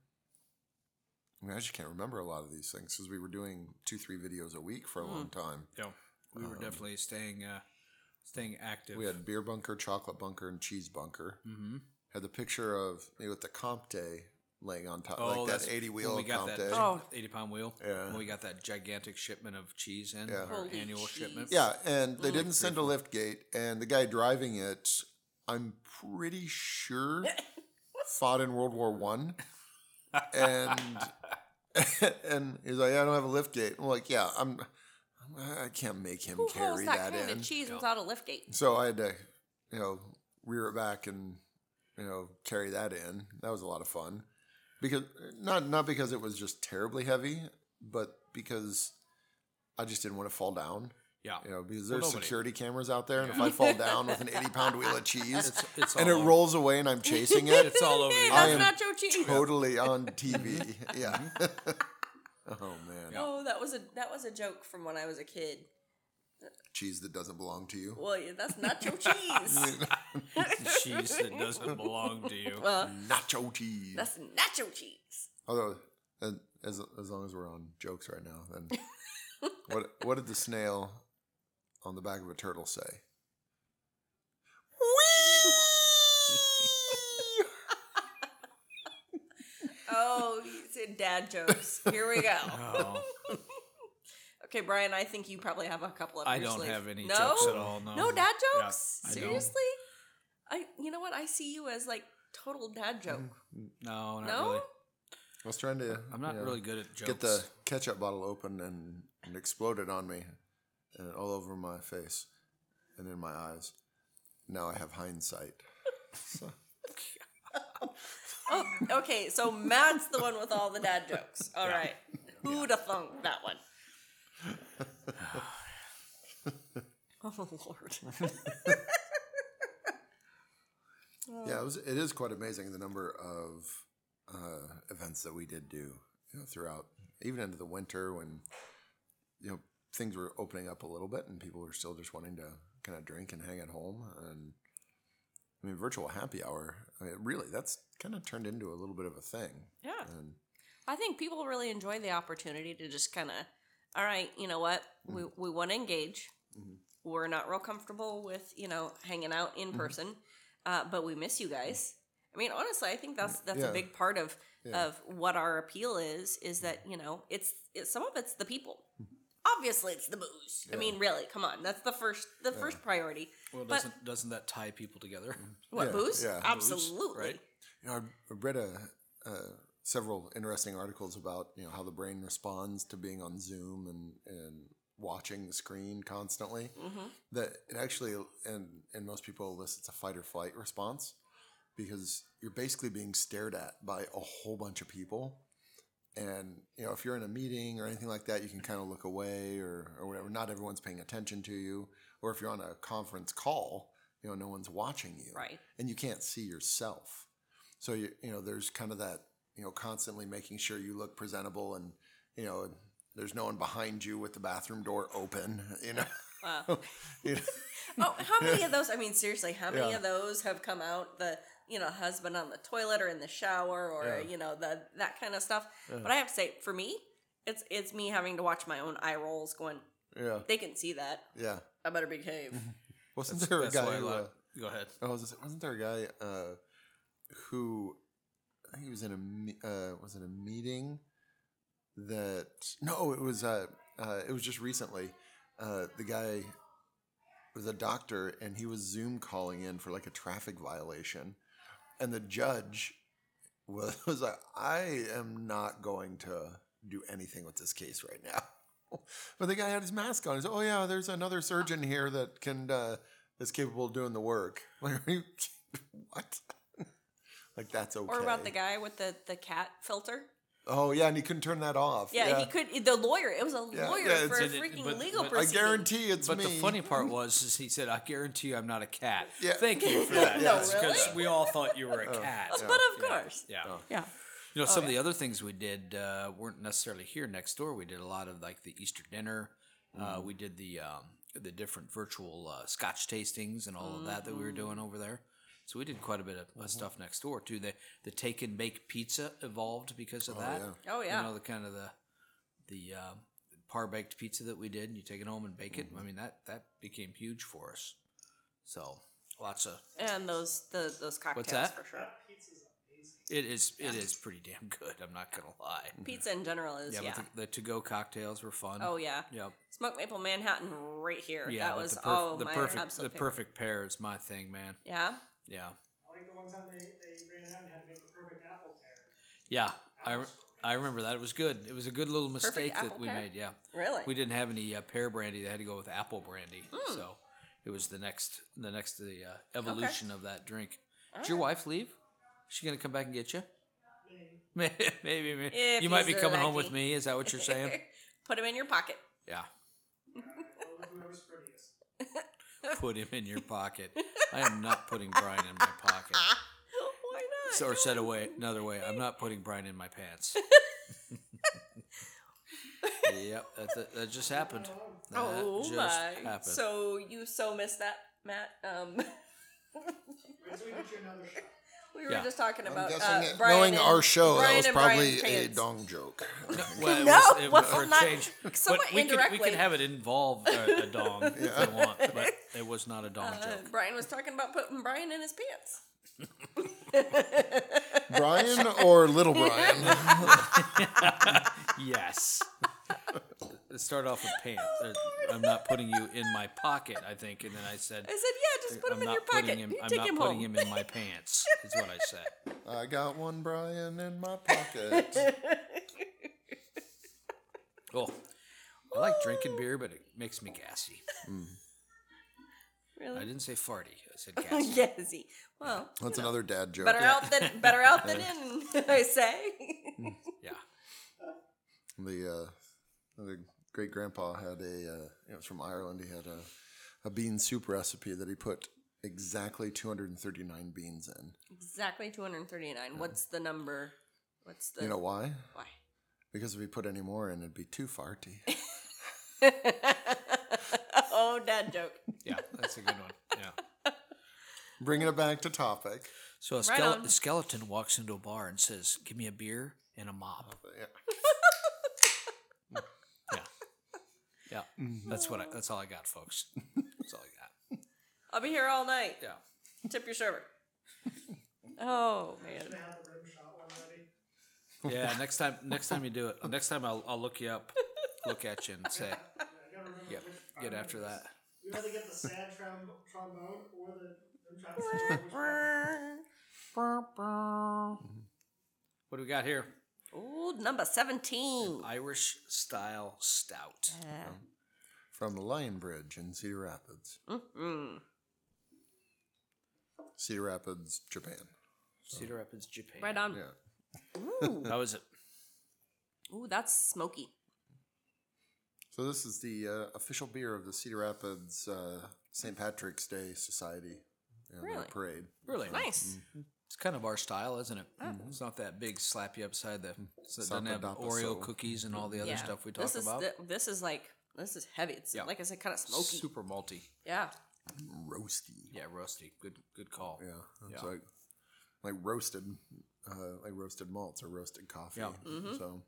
I mean, I just can't remember a lot of these things because we were doing two, three videos a week for a long time. Yeah, we were definitely staying uh, staying active. Um, We had beer bunker, chocolate bunker, and cheese bunker. hmm Had the picture of you know, with the Compte laying on top, Oh, like that's that eighty when wheel we got Compte. that Oh. eighty pound wheel. Yeah. When we got that gigantic shipment of cheese in Yeah. our Holy annual cheese. shipment. Yeah, and they didn't send a lift gate, and the guy driving it, I'm pretty sure, fought in World War One, and and he's like, "Yeah, I don't have a lift gate. I'm like, yeah, I'm, I'm I can't make him Who holds carry that, that, kind in. of cheese without a lift gate? So I had to, you know, rear it back and you know carry that in. That was a lot of fun because not not because it was just terribly heavy, but because I just didn't want to fall down. Yeah. You know, because there's nobody- security cameras out there, and if I fall down with an 80 pound wheel of cheese It's and it all over- rolls away and I'm chasing it, It's all over. the I That's am internet. not nacho cheese. totally on TV. Yeah. Mm-hmm. oh man, Oh, that was a that was a joke from when I was a kid. cheese that doesn't belong to you. Well, yeah, that's nacho cheese. cheese that doesn't belong to you. well, Nacho cheese. that's nacho cheese. Although, uh, as as long as we're on jokes right now, then what what did the snail on the back of a turtle say? Oh, you said dad jokes. Here we go. Oh, Okay, Brian, I think you probably have a couple of. I don't have any no? jokes at all. No, No dad Yeah, jokes. I don't. Seriously, I. You know what? I see you as like total dad joke. No, Mm, not No? really. I was trying to. I'm not you know, really good at jokes. Get the ketchup bottle open and, and exploded on me, and all over my face, and in my eyes. Now I have hindsight. Oh, okay. So Matt's the one with all the dad jokes. All right. Who'd have thunk that one? oh Lord. Yeah, it, was, it is quite amazing the number of uh, events that we did do you know, throughout, even into the winter when you know things were opening up a little bit and people were still just wanting to kind of drink and hang at home. And I mean, virtual happy hour. I mean, really, that's kind of turned into a little bit of a thing. Yeah. And I think people really enjoy the opportunity to just kind of, all right, you know what? We Mm-hmm. we want to engage. We're not real comfortable with you know hanging out Mm-hmm. in person, uh, but we miss you guys. I mean, honestly, I think that's that's Mm-hmm. Yeah. a big part of Yeah. Mm-hmm. of what our appeal is. Is that you know it's, it's some of it's the people. Obviously, it's the booze. I mean, really, come on, that's the first the first priority. well, but- doesn't doesn't that tie people together? What Yeah, booze? yeah. Booze, Absolutely. right? you know, I I read a, uh, several interesting articles about you know how the brain responds to being on Zoom and and watching the screen constantly. Mm-hmm. That it actually and and most people elicits a fight or flight response because you're basically being stared at by a whole bunch of people. And you know, if you're in a meeting or anything like that, you can kind of look away or, or whatever. Not everyone's paying attention to you. Or if you're on a conference call, you know, no one's watching you. Right. And you can't see yourself. So you you know, there's kind of that, you know, constantly making sure you look presentable and you know, there's no one behind you with the bathroom door open, you know. Wow. You know? Oh, how many of those? I mean, seriously, how many Yeah. of those have come out? The you know husband on the toilet or in the shower or Yeah. you know the that kind of stuff. But I have to say, for me, it's it's me having to watch my own eye rolls. Going, yeah. they can see that. Yeah. I better behave. Wasn't there a That's guy why I who, uh, love. Go ahead. Oh, was this- wasn't there a guy uh, who I think he was in a me- uh, was it a meeting that no, it was uh, uh, it was just recently. Uh, the guy was a doctor, and he was Zoom calling in for like a traffic violation, and the judge was, was like, "I am not going to do anything with this case right now." But the guy had his mask on. He's oh yeah, there's another surgeon here that can uh, is capable of doing the work. Like are you kidding? what? like that's okay. Or about the guy with the the cat filter. Oh yeah, and he couldn't turn that off. Yeah, he could. The lawyer. It was a Yeah, lawyer yeah, for a it's- it- freaking but- legal but- I I proceeding. guarantee it's But me. the funny part was, is he said, "I guarantee you, I'm not a cat." Yeah. Thank you for that. No, because really? we all thought you were a cat. But of course, Yeah. yeah. You know, some of the other things we did uh, weren't necessarily here next door. We did a lot of like the Easter dinner. Uh, we did the um, the different virtual uh, Scotch tastings and all of that that we were doing over there. So we did quite a bit of uh, stuff next door too. The the take and bake pizza evolved because of that. yeah. Oh, yeah. You know the kind of the the uh, par baked pizza that we did, and you take it home and bake Mm-hmm. it. I mean that that became huge for us. So lots of And those the those cocktails that? for sure. it is it is pretty damn good. I'm not gonna lie. Pizza in general is Yeah, yeah. but the, the to go cocktails were fun. oh yeah. Yep. Smoked maple Manhattan right here. Yeah, that but was the perf- oh the my perfect absolute the favorite. perfect pair is my thing, man. Yeah. Yeah, I like the one time they, they ran out and had to make the perfect apple pear. yeah. I, re- I remember that. It was good. It was a good little mistake apple that we pear? made. Yeah, Really? we didn't have any uh, pear brandy. They had to go with apple brandy. Hmm. So it was the next the next the uh, evolution of that drink. Did your wife leave? Is she gonna come back and get you? Maybe, maybe, maybe. If you might be he's coming home with lucky. me. Is that what you're saying? Put them in your pocket. yeah. whoever's prettiest. Put him in your pocket. I am not putting Brian in my pocket. Why not? So, or said away another way, I'm not putting Brian in my pants. yep, that, that, that just happened. That oh just my! happened. So you so missed that, Matt. Um, Wait till we get you another shot. we were Yeah. just talking about I'm uh, guessing it- Brian knowing and- our show, Brian that was and probably Brian's a pants. dong joke. Well, it No, was- it well, was for a not- change. But we somewhat could, we indirectly. could have it involve a, a dong if we want, but it was not a dong Uh, joke. Brian was talking about putting Brian in his pants. Brian or Little Brian? Yes. Let's start off with pants. Oh, Uh, I'm not putting you in my pocket, I think. And then I said, I said, "Yeah, just put him I'm in not your putting pocket. him, you I'm take not him putting home." him in my pants, is what I said. I got one Brian in my pocket. Oh, I like drinking beer, but it makes me gassy. I Really? didn't say farty. I Oh, said gassy. yes, he. Well, That's another dad joke. better out than better out than in. I say. Yeah. The uh, the great grandpa had a uh, it was from Ireland. He had a a bean soup recipe that he put exactly 239 beans in. Exactly 239. What's the number? What's the You know why? why? Because if he put any more in, it'd be too farty. oh, dad joke. Yeah. That's a good one. Yeah. Bringing it back to topic. So a, Right skele- on. a skeleton walks into a bar and says, Give me a beer and a mop. Yeah. Yeah. That's Mm-hmm. what I, that's all I got, folks. That's all I I'll be here all night. got. Yeah. Tip your server. Oh man. Gonna have the rim shot one ready. Yeah, next time, next time you do it, next time I'll, I'll look you up, look at you, and say, I gotta remember "Yep, get which violin after it is. that." You either get the sad trom- trombone or the rim shot. so you know which one. What do we got here? Ooh, number 17. Irish style stout. Uh, From Lionbridge in Cedar Rapids. Mm. Cedar Rapids, Japan. Cedar Rapids, Japan. Right on. Yeah. Ooh. How is it? Ooh, that's smoky. So this is the uh, official beer of the Cedar Rapids uh, St. Patrick's Day Society and their Really? parade. Really Mm, Nice. Oh. It's kind of our style, isn't it? It's not that big, slap you upside the. So it doesn't have Sappadapa Oreo soul. cookies and all the other yeah. stuff we this talk is about. thi- this is like this is heavy. It's Yeah. like I said, kind of smoky. Super malty. Yeah. Roasty. Yeah, roasty. Good, good call. Yeah. It's Yeah. like like roasted uh, like roasted malts or roasted coffee. Yeah. So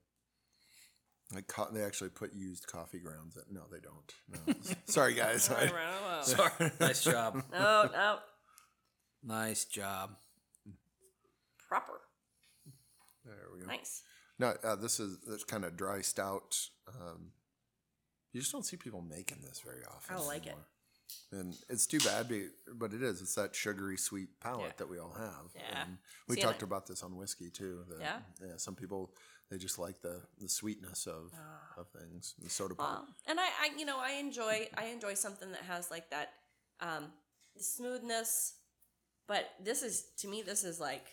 like co- they actually put used coffee grounds in. No, they don't. No. Sorry guys. I, Sorry. nice job. No, no. Nice job. Proper. there we go. Nice. No, uh, this is this kind of dry stout. Um, you just don't see people making this very often. I like it. it, and it's too bad, be- but it is. It's that sugary sweet palate Yeah. that we all have. Yeah. And we See, and talked I- about this on whiskey too. that, Yeah. Some people they just like the the sweetness of of things. The soda pop. Ah. Well, and I, I, you know, I enjoy, I enjoy something that has like that um, smoothness. But this is, to me, this is like,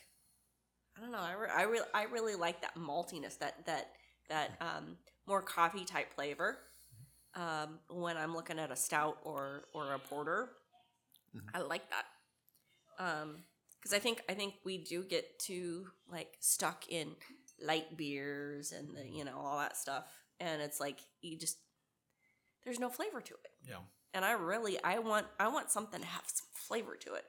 I don't know, I, re- I, re- I really like that maltiness, that that that um, more coffee type flavor. Um, when I'm looking at a stout or or a porter, I like that. Um, because I think I think we do get too like stuck in light beers and the, you know all that stuff, and it's like you just there's no flavor to it. Yeah. And I really I want I want something to have some flavor to it.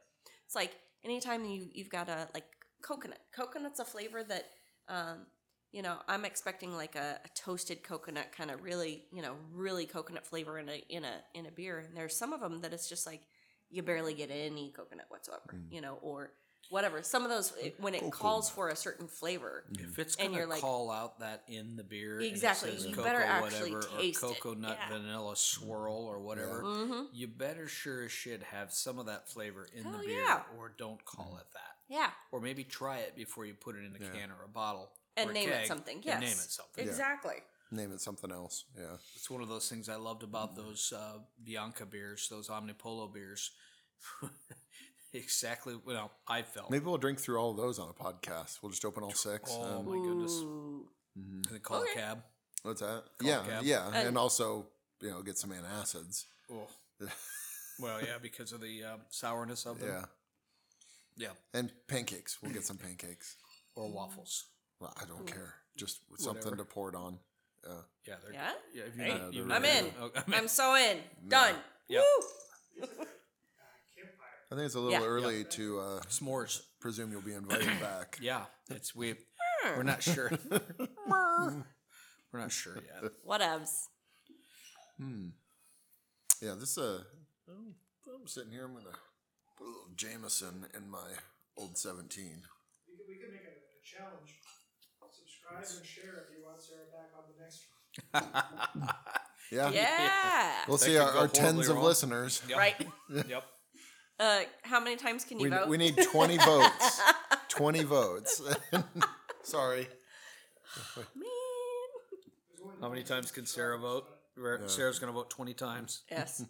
It's like anytime you you've got a like coconut. Coconut's a flavor that um, you know I'm expecting like a, a toasted coconut kind of really you know really coconut flavor in a in a in a beer. And there's some of them that it's just like you barely get any coconut whatsoever, you know, or whatever. Some of those it, when it calls for a certain flavor, Mm-hmm. Mm. If it's And gonna you're like- call out that in the beer, Exactly, and it says you cocoa, better actually whatever, taste or it, cocoa nut yeah. vanilla swirl or whatever, hmm you better sure as shit have some of that flavor in Hell the beer, yeah. or don't call it that, yeah, or maybe try it before you put it in a Mm. Yeah. can or a bottle and or a name it keg something. and Yes, name it something. Exactly. Name it something else. Yeah. It's one of those things I loved about Mm. those uh, Bianca beers, those Omnipolo beers. exactly. Well, I felt. Maybe we'll drink through all of those on a podcast. We'll just open all six. um, Oh and- my goodness! Ooh. And then call a Okay. cab. what's that? Yeah. cab. Yeah. And- And also, you know, get some antacids. Oh. well, yeah, because of the um, sourness of them. Yeah. Yeah. And pancakes. We'll get some pancakes. Or waffles. Well, I Mm. don't care. Just something to pour it on. Yeah. They're, Yeah? if you're Hey, not- you're I'm not- in. Oh, I'm in. I'm so in. Done. Yeah. Woo! I think it's a little Yeah. early to uh, S'mores. presume you'll be invited back. Yeah. It's we. We're not sure. we're not sure yet. Whatevs. Hmm. Yeah, this uh, I'm sitting here. I'm gonna put a little Jameson in my old seventeen. We could, we could make a, a challenge. Subscribe and share if you want Sarah back on the next one. Yeah, Yeah. We'll see could our, go our horribly tens of wrong. listeners. Yep. Right. Yep. Uh, how many times can you We, vote? we need twenty votes. Twenty votes. Sorry. Man. How many times can Sarah vote? Ra- Sarah's going to vote 20 times. Yes.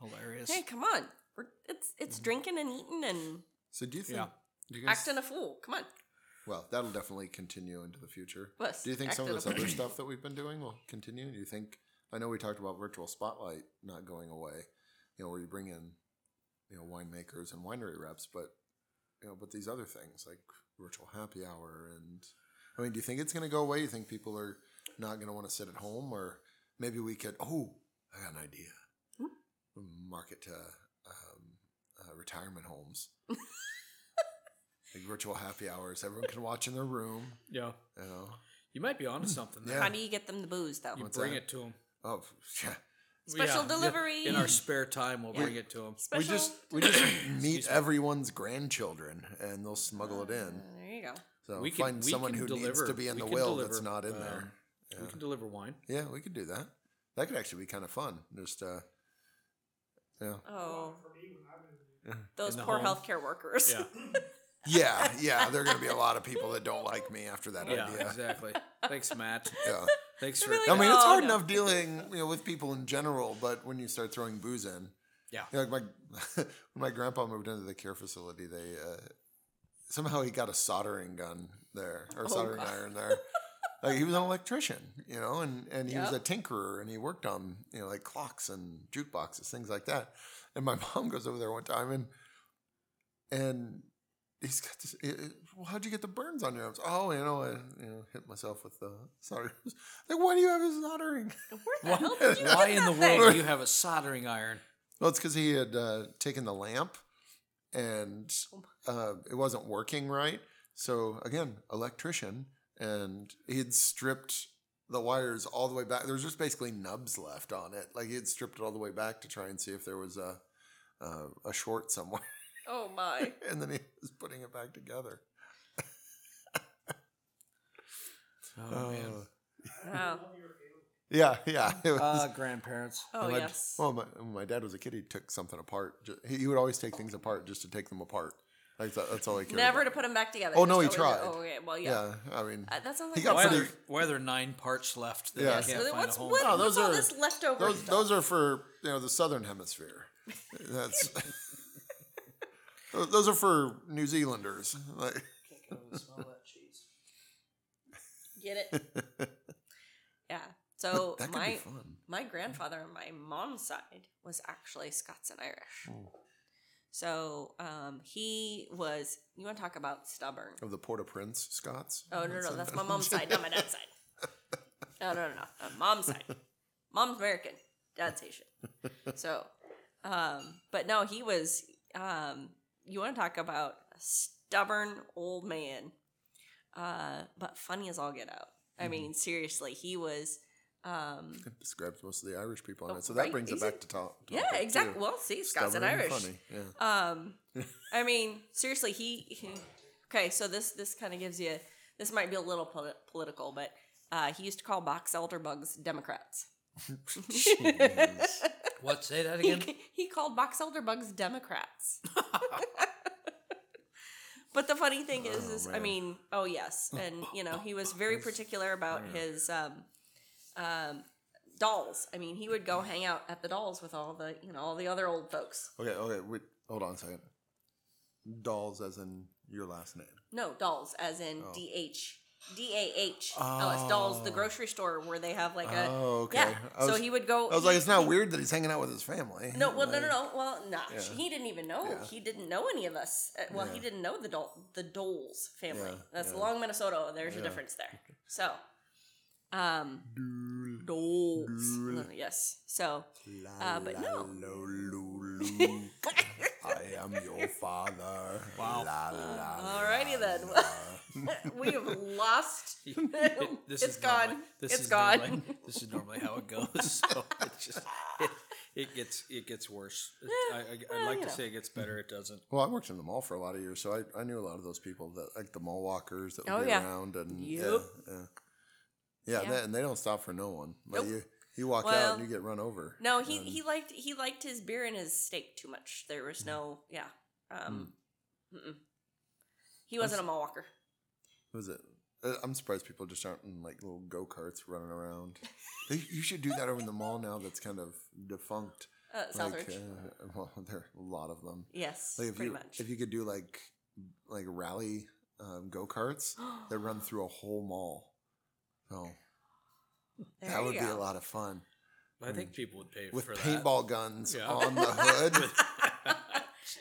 Hilarious. hey, come on. We're, it's it's Mm-hmm. drinking and eating and So do you think? Yeah. do you guys- acting a fool. Come on. well, that'll definitely continue into the future. Yes, do you think some of acted this a- other stuff that we've been doing will continue? Do you think? I know we talked about virtual spotlight not going away. You know, where you bring in, you know, winemakers and winery reps, but you know, but these other things like virtual happy hour and I mean, do you think it's going to go away? You think people are not going to want to sit at home, or maybe we could? Oh, I got an idea. Market to um, uh, retirement homes. like virtual happy hours, everyone can watch in their room. Yeah. You know, You might be onto something there. Yeah. How do you get them the booze though? You What's bring that? it to them. oh yeah, Special delivery. In our spare time, we'll bring it to them. Special. we just we just meet everyone's grandchildren and they'll smuggle it in. Uh, there you go. So Mm. We can- uh, find we someone can who needs deliver- to be in we the can will deliver, that's not in there. um, We can deliver wine. Yeah, we could do that. That could actually be kind of fun. Just uh, yeah, Oh, In those the poor home. healthcare workers. Yeah. yeah, yeah. There are gonna be a lot of people that don't like me after that Yeah, idea. exactly. Thanks, Matt. Yeah. Thanks for. Really? I mean, it's Oh, hard no. enough dealing you know with people in general, but when you start throwing booze in, Yeah. you know, like my when my grandpa moved into the care facility, they uh, somehow he got a soldering gun there Oh, or soldering iron there. Like he was an electrician, you know, and and he was a Yep. tinkerer, and he worked on you know like clocks and jukeboxes, things like that. And my mom goes over there one time, and and he's got this. It, it- well, how'd you get the burns on your arms? Oh, you know, I you know hit myself with the soldering. Like, why do you have a soldering? Where the hell did you Why get in the that world thing? do you have a soldering iron? Well, it's because he had uh, taken the lamp and Oh uh, it wasn't working right. So, again, electrician, and he'd stripped the wires all the way back. There was just basically nubs left on it. Like he had stripped it all the way back to try and see if there was a, uh, a short somewhere. Oh my. and then he was putting it back together. Oh, man. Uh, Wow. yeah, yeah. It was, Uh, grandparents. Oh my, yes. Well, my, when my dad was a kid. He took something apart. Ju- He, he would always take things apart just to take them apart. Like that, that's all he cared about. Never to put them back together. Oh, no, Just he always- tried. Oh, okay. Well, yeah. Yeah, I mean, Uh, that sounds like He got Why are, pretty- there, why are there nine parts left that Yeah. I can't So then find what's a home? what, No, what's those all are- this leftover those stuff? those are for you know the southern hemisphere. That's Tho- those are for New Zealanders. Like, Get it? yeah. So that could my be fun. my grandfather on my mom's side was actually Scots and Irish. So um, he was. You want to talk about stubborn? Of Oh, the Port-au-Prince Scots. Oh no, no, that's my mom's side, not my dad's side. No, no, no, no, uh, mom's side. Mom's American, dad's Haitian. So, um, but no, he was. Um, you want to talk about a stubborn old man, uh, but funny as all get out. I mean, seriously, he was. Um, It describes most of the Irish people in Oh, it, so that right, brings easy. it back to top. yeah, exactly. Well, see, Scots and Irish. Funny. Yeah. Um, I mean, seriously, he. he- okay, so this this kind of gives you. This might be a little poli- political, but uh, he used to call box elder bugs Democrats. What? Say that He, again. he called box elder bugs Democrats. but the funny thing is, is I man. mean, oh yes, and you know, he was very particular about his um, um, dolls. I mean, he would go hang out at the dolls with all the you know all the other old folks. Okay, okay. Wait, hold on a second. Dolls, as in your last name. Oh. No, dolls, as in D H D A H Ellis Dolls, the grocery store where they have like a Oh, okay. yeah. I so was- he would go. I was like, he- it's not weird that he's hanging out with his family. No, well, no, no, Like, no. Well, no, Yeah. he didn't even know. Yeah. He didn't know any of us. Uh, Well, he Yeah. didn't know the Dol- the Doles family. Yeah, That's yeah. Long Minnesota. There's Yeah. a difference there. So, um, Doles. Dole. Yes. So, uh, but no. Lo, lo, lo. I am your father. Wow. La, Uh, la, Alrighty then. we have lost. this it's is normally- gone. this It's is gone. normally- this is normally how it goes. So it just it, it gets it gets worse. It- I, I, I'd Eh, well, like you to know. say it gets better. It doesn't. Well, I worked in the mall for a lot of years, so I, I knew a lot of those people that like the mall walkers that would Oh, be yeah. around and Yep. yeah, yeah, yeah, Yeah. They, and they don't stop for no one. Like Nope. you, you walk out Well, and you get run over. No, he And- he liked he liked his beer and his steak too much. There Mm. was no yeah. Um, mm-mm. He wasn't a mall walker. What is it? Uh, I'm surprised people just aren't in like little go karts running around. They- you should do that over in the mall now. That's kind of defunct. Uh, Southridge. Like, uh, well, there are a lot of them. yes, Like if pretty you much. if you could do like like rally um, go karts that run through a whole mall. So There that you would be a go. lot of fun I think people would pay with for paintball guns Yeah. on the hood.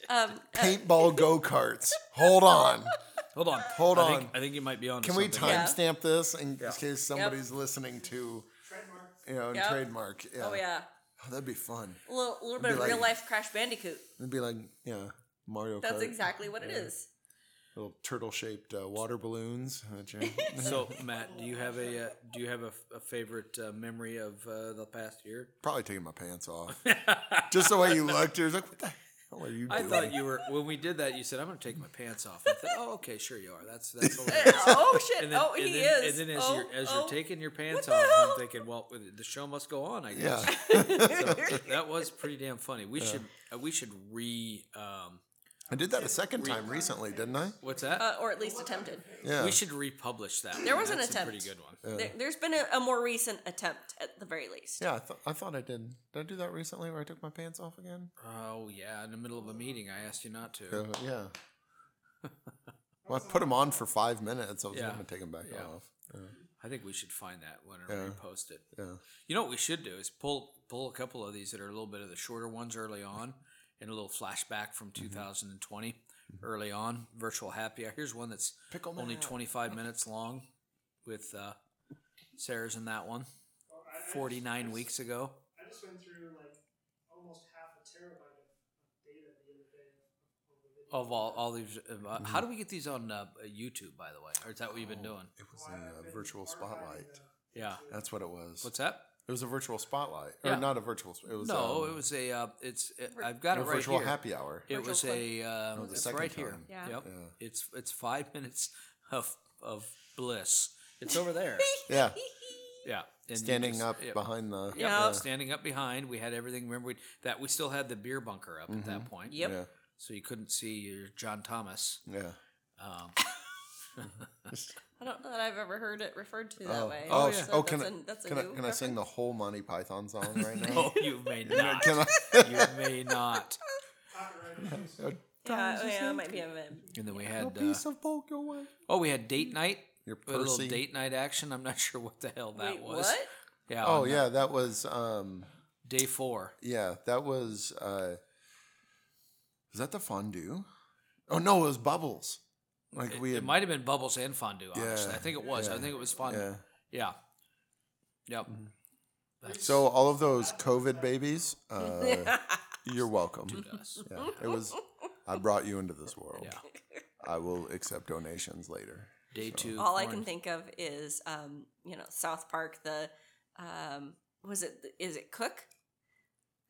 Um, uh, paintball go karts. Hold on. that. Hold on. Hold I think, on. I think you might be on. Can we Yeah. timestamp this in case somebody's listening to Trademark. you know Yep. trademark? Yeah. Oh yeah, Oh, that'd be fun. a little, little be bit of like- real life Crash Bandicoot. It'd be like yeah, Mario. That's Kart, exactly what it is. Little turtle shaped uh, water balloons. that you- So Matt, do you have a uh, do you have a, a favorite uh, memory of uh, the past year? Probably taking my pants off. Just the way you looked, you're like, what the hell are you I doing? thought you were when we did that. You said I'm going to take my pants off. I thought, oh, okay, sure you are. That's that's. hilarious." oh shit! And then- oh, he and then, is. And then as oh, you're as oh. you're taking your pants the off, hell? I'm thinking, well, the show must go on. I guess. yeah. that was pretty damn funny. We should uh, we should re um I did that a second time recently, didn't I? what's that? uh, or at least attempted. Yeah. We should republish that. There one. was an That's a attempt. pretty good Uh. one. There, there's been a, a more recent attempt, at the very least. yeah, I, th- I thought I did. Did I do that recently where I took my pants off again? Oh yeah, in the middle of a meeting, I asked you not to. Uh, yeah. well, I put them on for five minutes. I was Yeah. going to take them back Yeah. off. I think we should find that one Yeah. and repost it. Yeah. You know what we should do is pull pull a couple of these that are a little bit of the shorter ones early on, and a little flashback from 2020 early on. Virtual happy hour. Here's one that's Pickle only 25 minutes long, with uh, Sarah's in that one. 49 weeks ago. I just went through like almost half a terabyte of data the other day. on the video. of all all these. Uh, How do we get these on uh, YouTube? By the way, or is that what you've been doing? It was Why I've a uh, been virtual archiving spotlight. the- Yeah. That's what it was. What's that? it was a virtual spotlight. Or Yeah. not a virtual. sp- It was no, um, it was a. Uh, it's. It, Vir- I've got a it right virtual here. happy hour. It Virtual was clip. a. Um, No, Oh, the it's second right here. time. Yeah. Yep. Yeah. It's it's five minutes of of bliss. It's over there. Yeah. yeah. And you Standing just- up yeah. behind the. Yep, Yeah. standing up behind. We had everything. Remember we, that we still had the beer bunker up at Mm-hmm. that point. Yep. Yeah. So you couldn't see your John Thomas. Yeah. Um, I don't know that I've ever heard it referred to that Oh, way. oh, So sh- oh, can, that's I, a, that's a can, I, new can I sing the whole Monty Python song right now? no, you may not. Can I? you may not. Yeah, oh, yeah, it might be a bit. And then we had uh, piece of poke away. oh, we had date night. Your A little Percy. date night action. I'm not sure what the hell that Wait, was. what? Yeah. Oh on yeah, that was um Day four. yeah, that was uh was that the fondue? Oh no, it was bubbles. Like we It, had, might have been bubbles and fondue. Honestly, Yeah, I think it was. I yeah, think it was fondue. yeah. Yeah. Yep. So all of those COVID babies, uh, you're welcome. Yes. Yeah, it was. I brought you into this world. Yeah. I will accept donations later. Day two. All I can orange- think of is, um, you know, South Park. The um, was it? Is it Cook?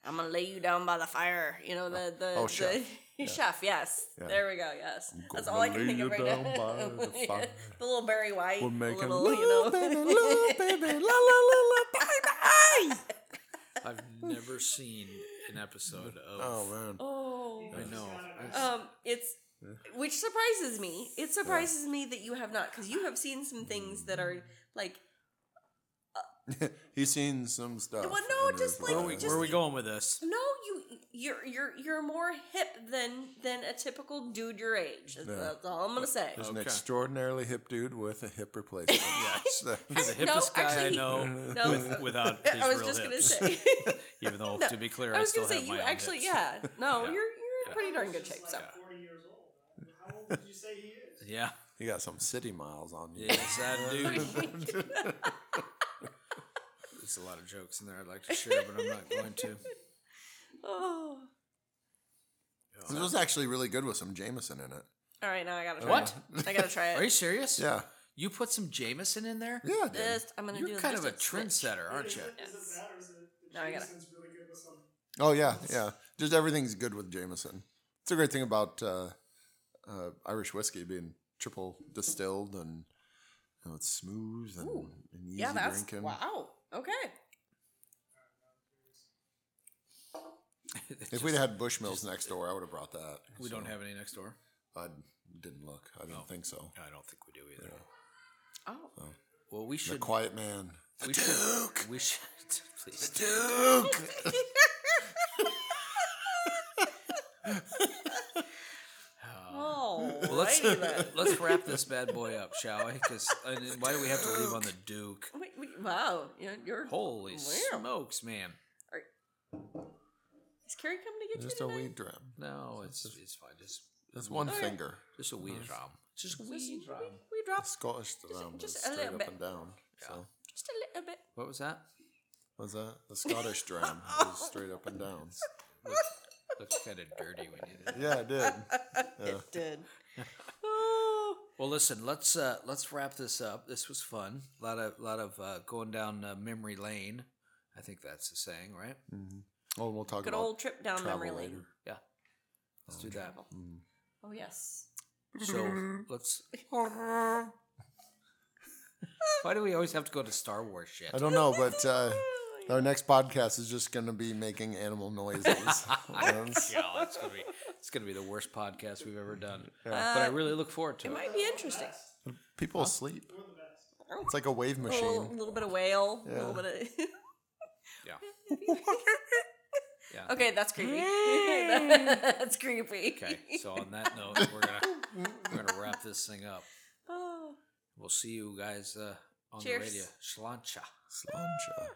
I'm gonna lay you down by the fire. You know the the Oh, the chef. chef, Yes, Yeah. there we go. Yes, that's gonna all I can lay think you of right down now. by the Yeah. fire. the little Barry White, We'll make a little, little, you know, baby, little baby, la la la la, baby. I've never seen an episode of. Oh man, oh, I know. um, it's which surprises me. It surprises me that you have not, because you have seen some things that are like, he's seen some stuff. Well, no, and just he's like- Where are we, just- where are we going with this? no, you you're you're you're more hip than than a typical dude your age. That's, that's all I'm gonna say. There's an Okay. extraordinarily hip dude with a hip replacement. yes. He's the No, hippest guy I actually, know no. with, without his I was real just gonna hips. say. Even though, to be clear, I I, was still gonna say have you my own actually, hips. yeah. No, you're you're in pretty darn He's good just shape. like So Forty years old. How old did you say he is? Yeah. You got some city miles on you. Yes, that dude. There's a lot of jokes in there I'd like to share, but I'm not going to. oh. This was actually really good with some Jameson in it. All right, now I gotta try What? it. I gotta try it. Are you serious? Yeah. You put some Jameson in there? Yeah, it did. Just- I'm gonna do You're kind of a just switch. trendsetter, aren't Is you? it, is it that or is it the No, I gotta- Jason's really good with some Oh, yeah. Yeah. Just everything's good with Jameson. It's a great thing about uh, uh, Irish whiskey being triple distilled and you know, it's smooth and, and easy Yeah, that's drinking. wow. Okay. If we'd had Bushmills next door, I would have brought that. We don't have any next door. I didn't look. I don't think so. I don't think we do either. Oh. Well, we The should. Quiet Man. we should. We should. Please. Duke! Oh. Well, let's righty then. let's wrap this bad boy up, shall we? Because why do we have to leave on the Duke? Wait, wait, wow. You're, you're Holy Wow. smokes, man! Is Carrie coming to get Just you a tonight? weed dram. No, it's it's fine. Just That's one finger. just a wee drum. Just a wee drum. We dropped Scottish dram just is a straight little up bit. and down. So just a little bit. What was that? what's that? The Scottish dram is straight up and down. Looks, looks kind of dirty when you did. it. Yeah, it did. Uh. It did. oh. Well, listen. Let's uh let's wrap this up. This was fun. A lot of lot of uh, going down uh, memory lane. I think that's the saying, right? Oh, and we'll talk Good about old trip down travel memory lane. later. Um, mm. Yeah. Let's do that. Oh yes. Oh, So let's. Why do we always have to go to Star Wars shit? I don't know, but uh, our next podcast is just going to be making animal noises. That's- Yeah, it's gonna be it's gonna be the worst podcast we've ever done. Uh, but I really look forward to it. It might be interesting. People sleep. You're the best. It's like a wave A little, machine. little bit of whale. A little Yeah. bit Yeah. Yeah. of. okay, that's creepy. that's creepy. Okay. So on that note, we're gonna we're gonna wrap this thing up. Oh. We'll see you guys uh, on Cheers. the radio. Slancha. Slancha.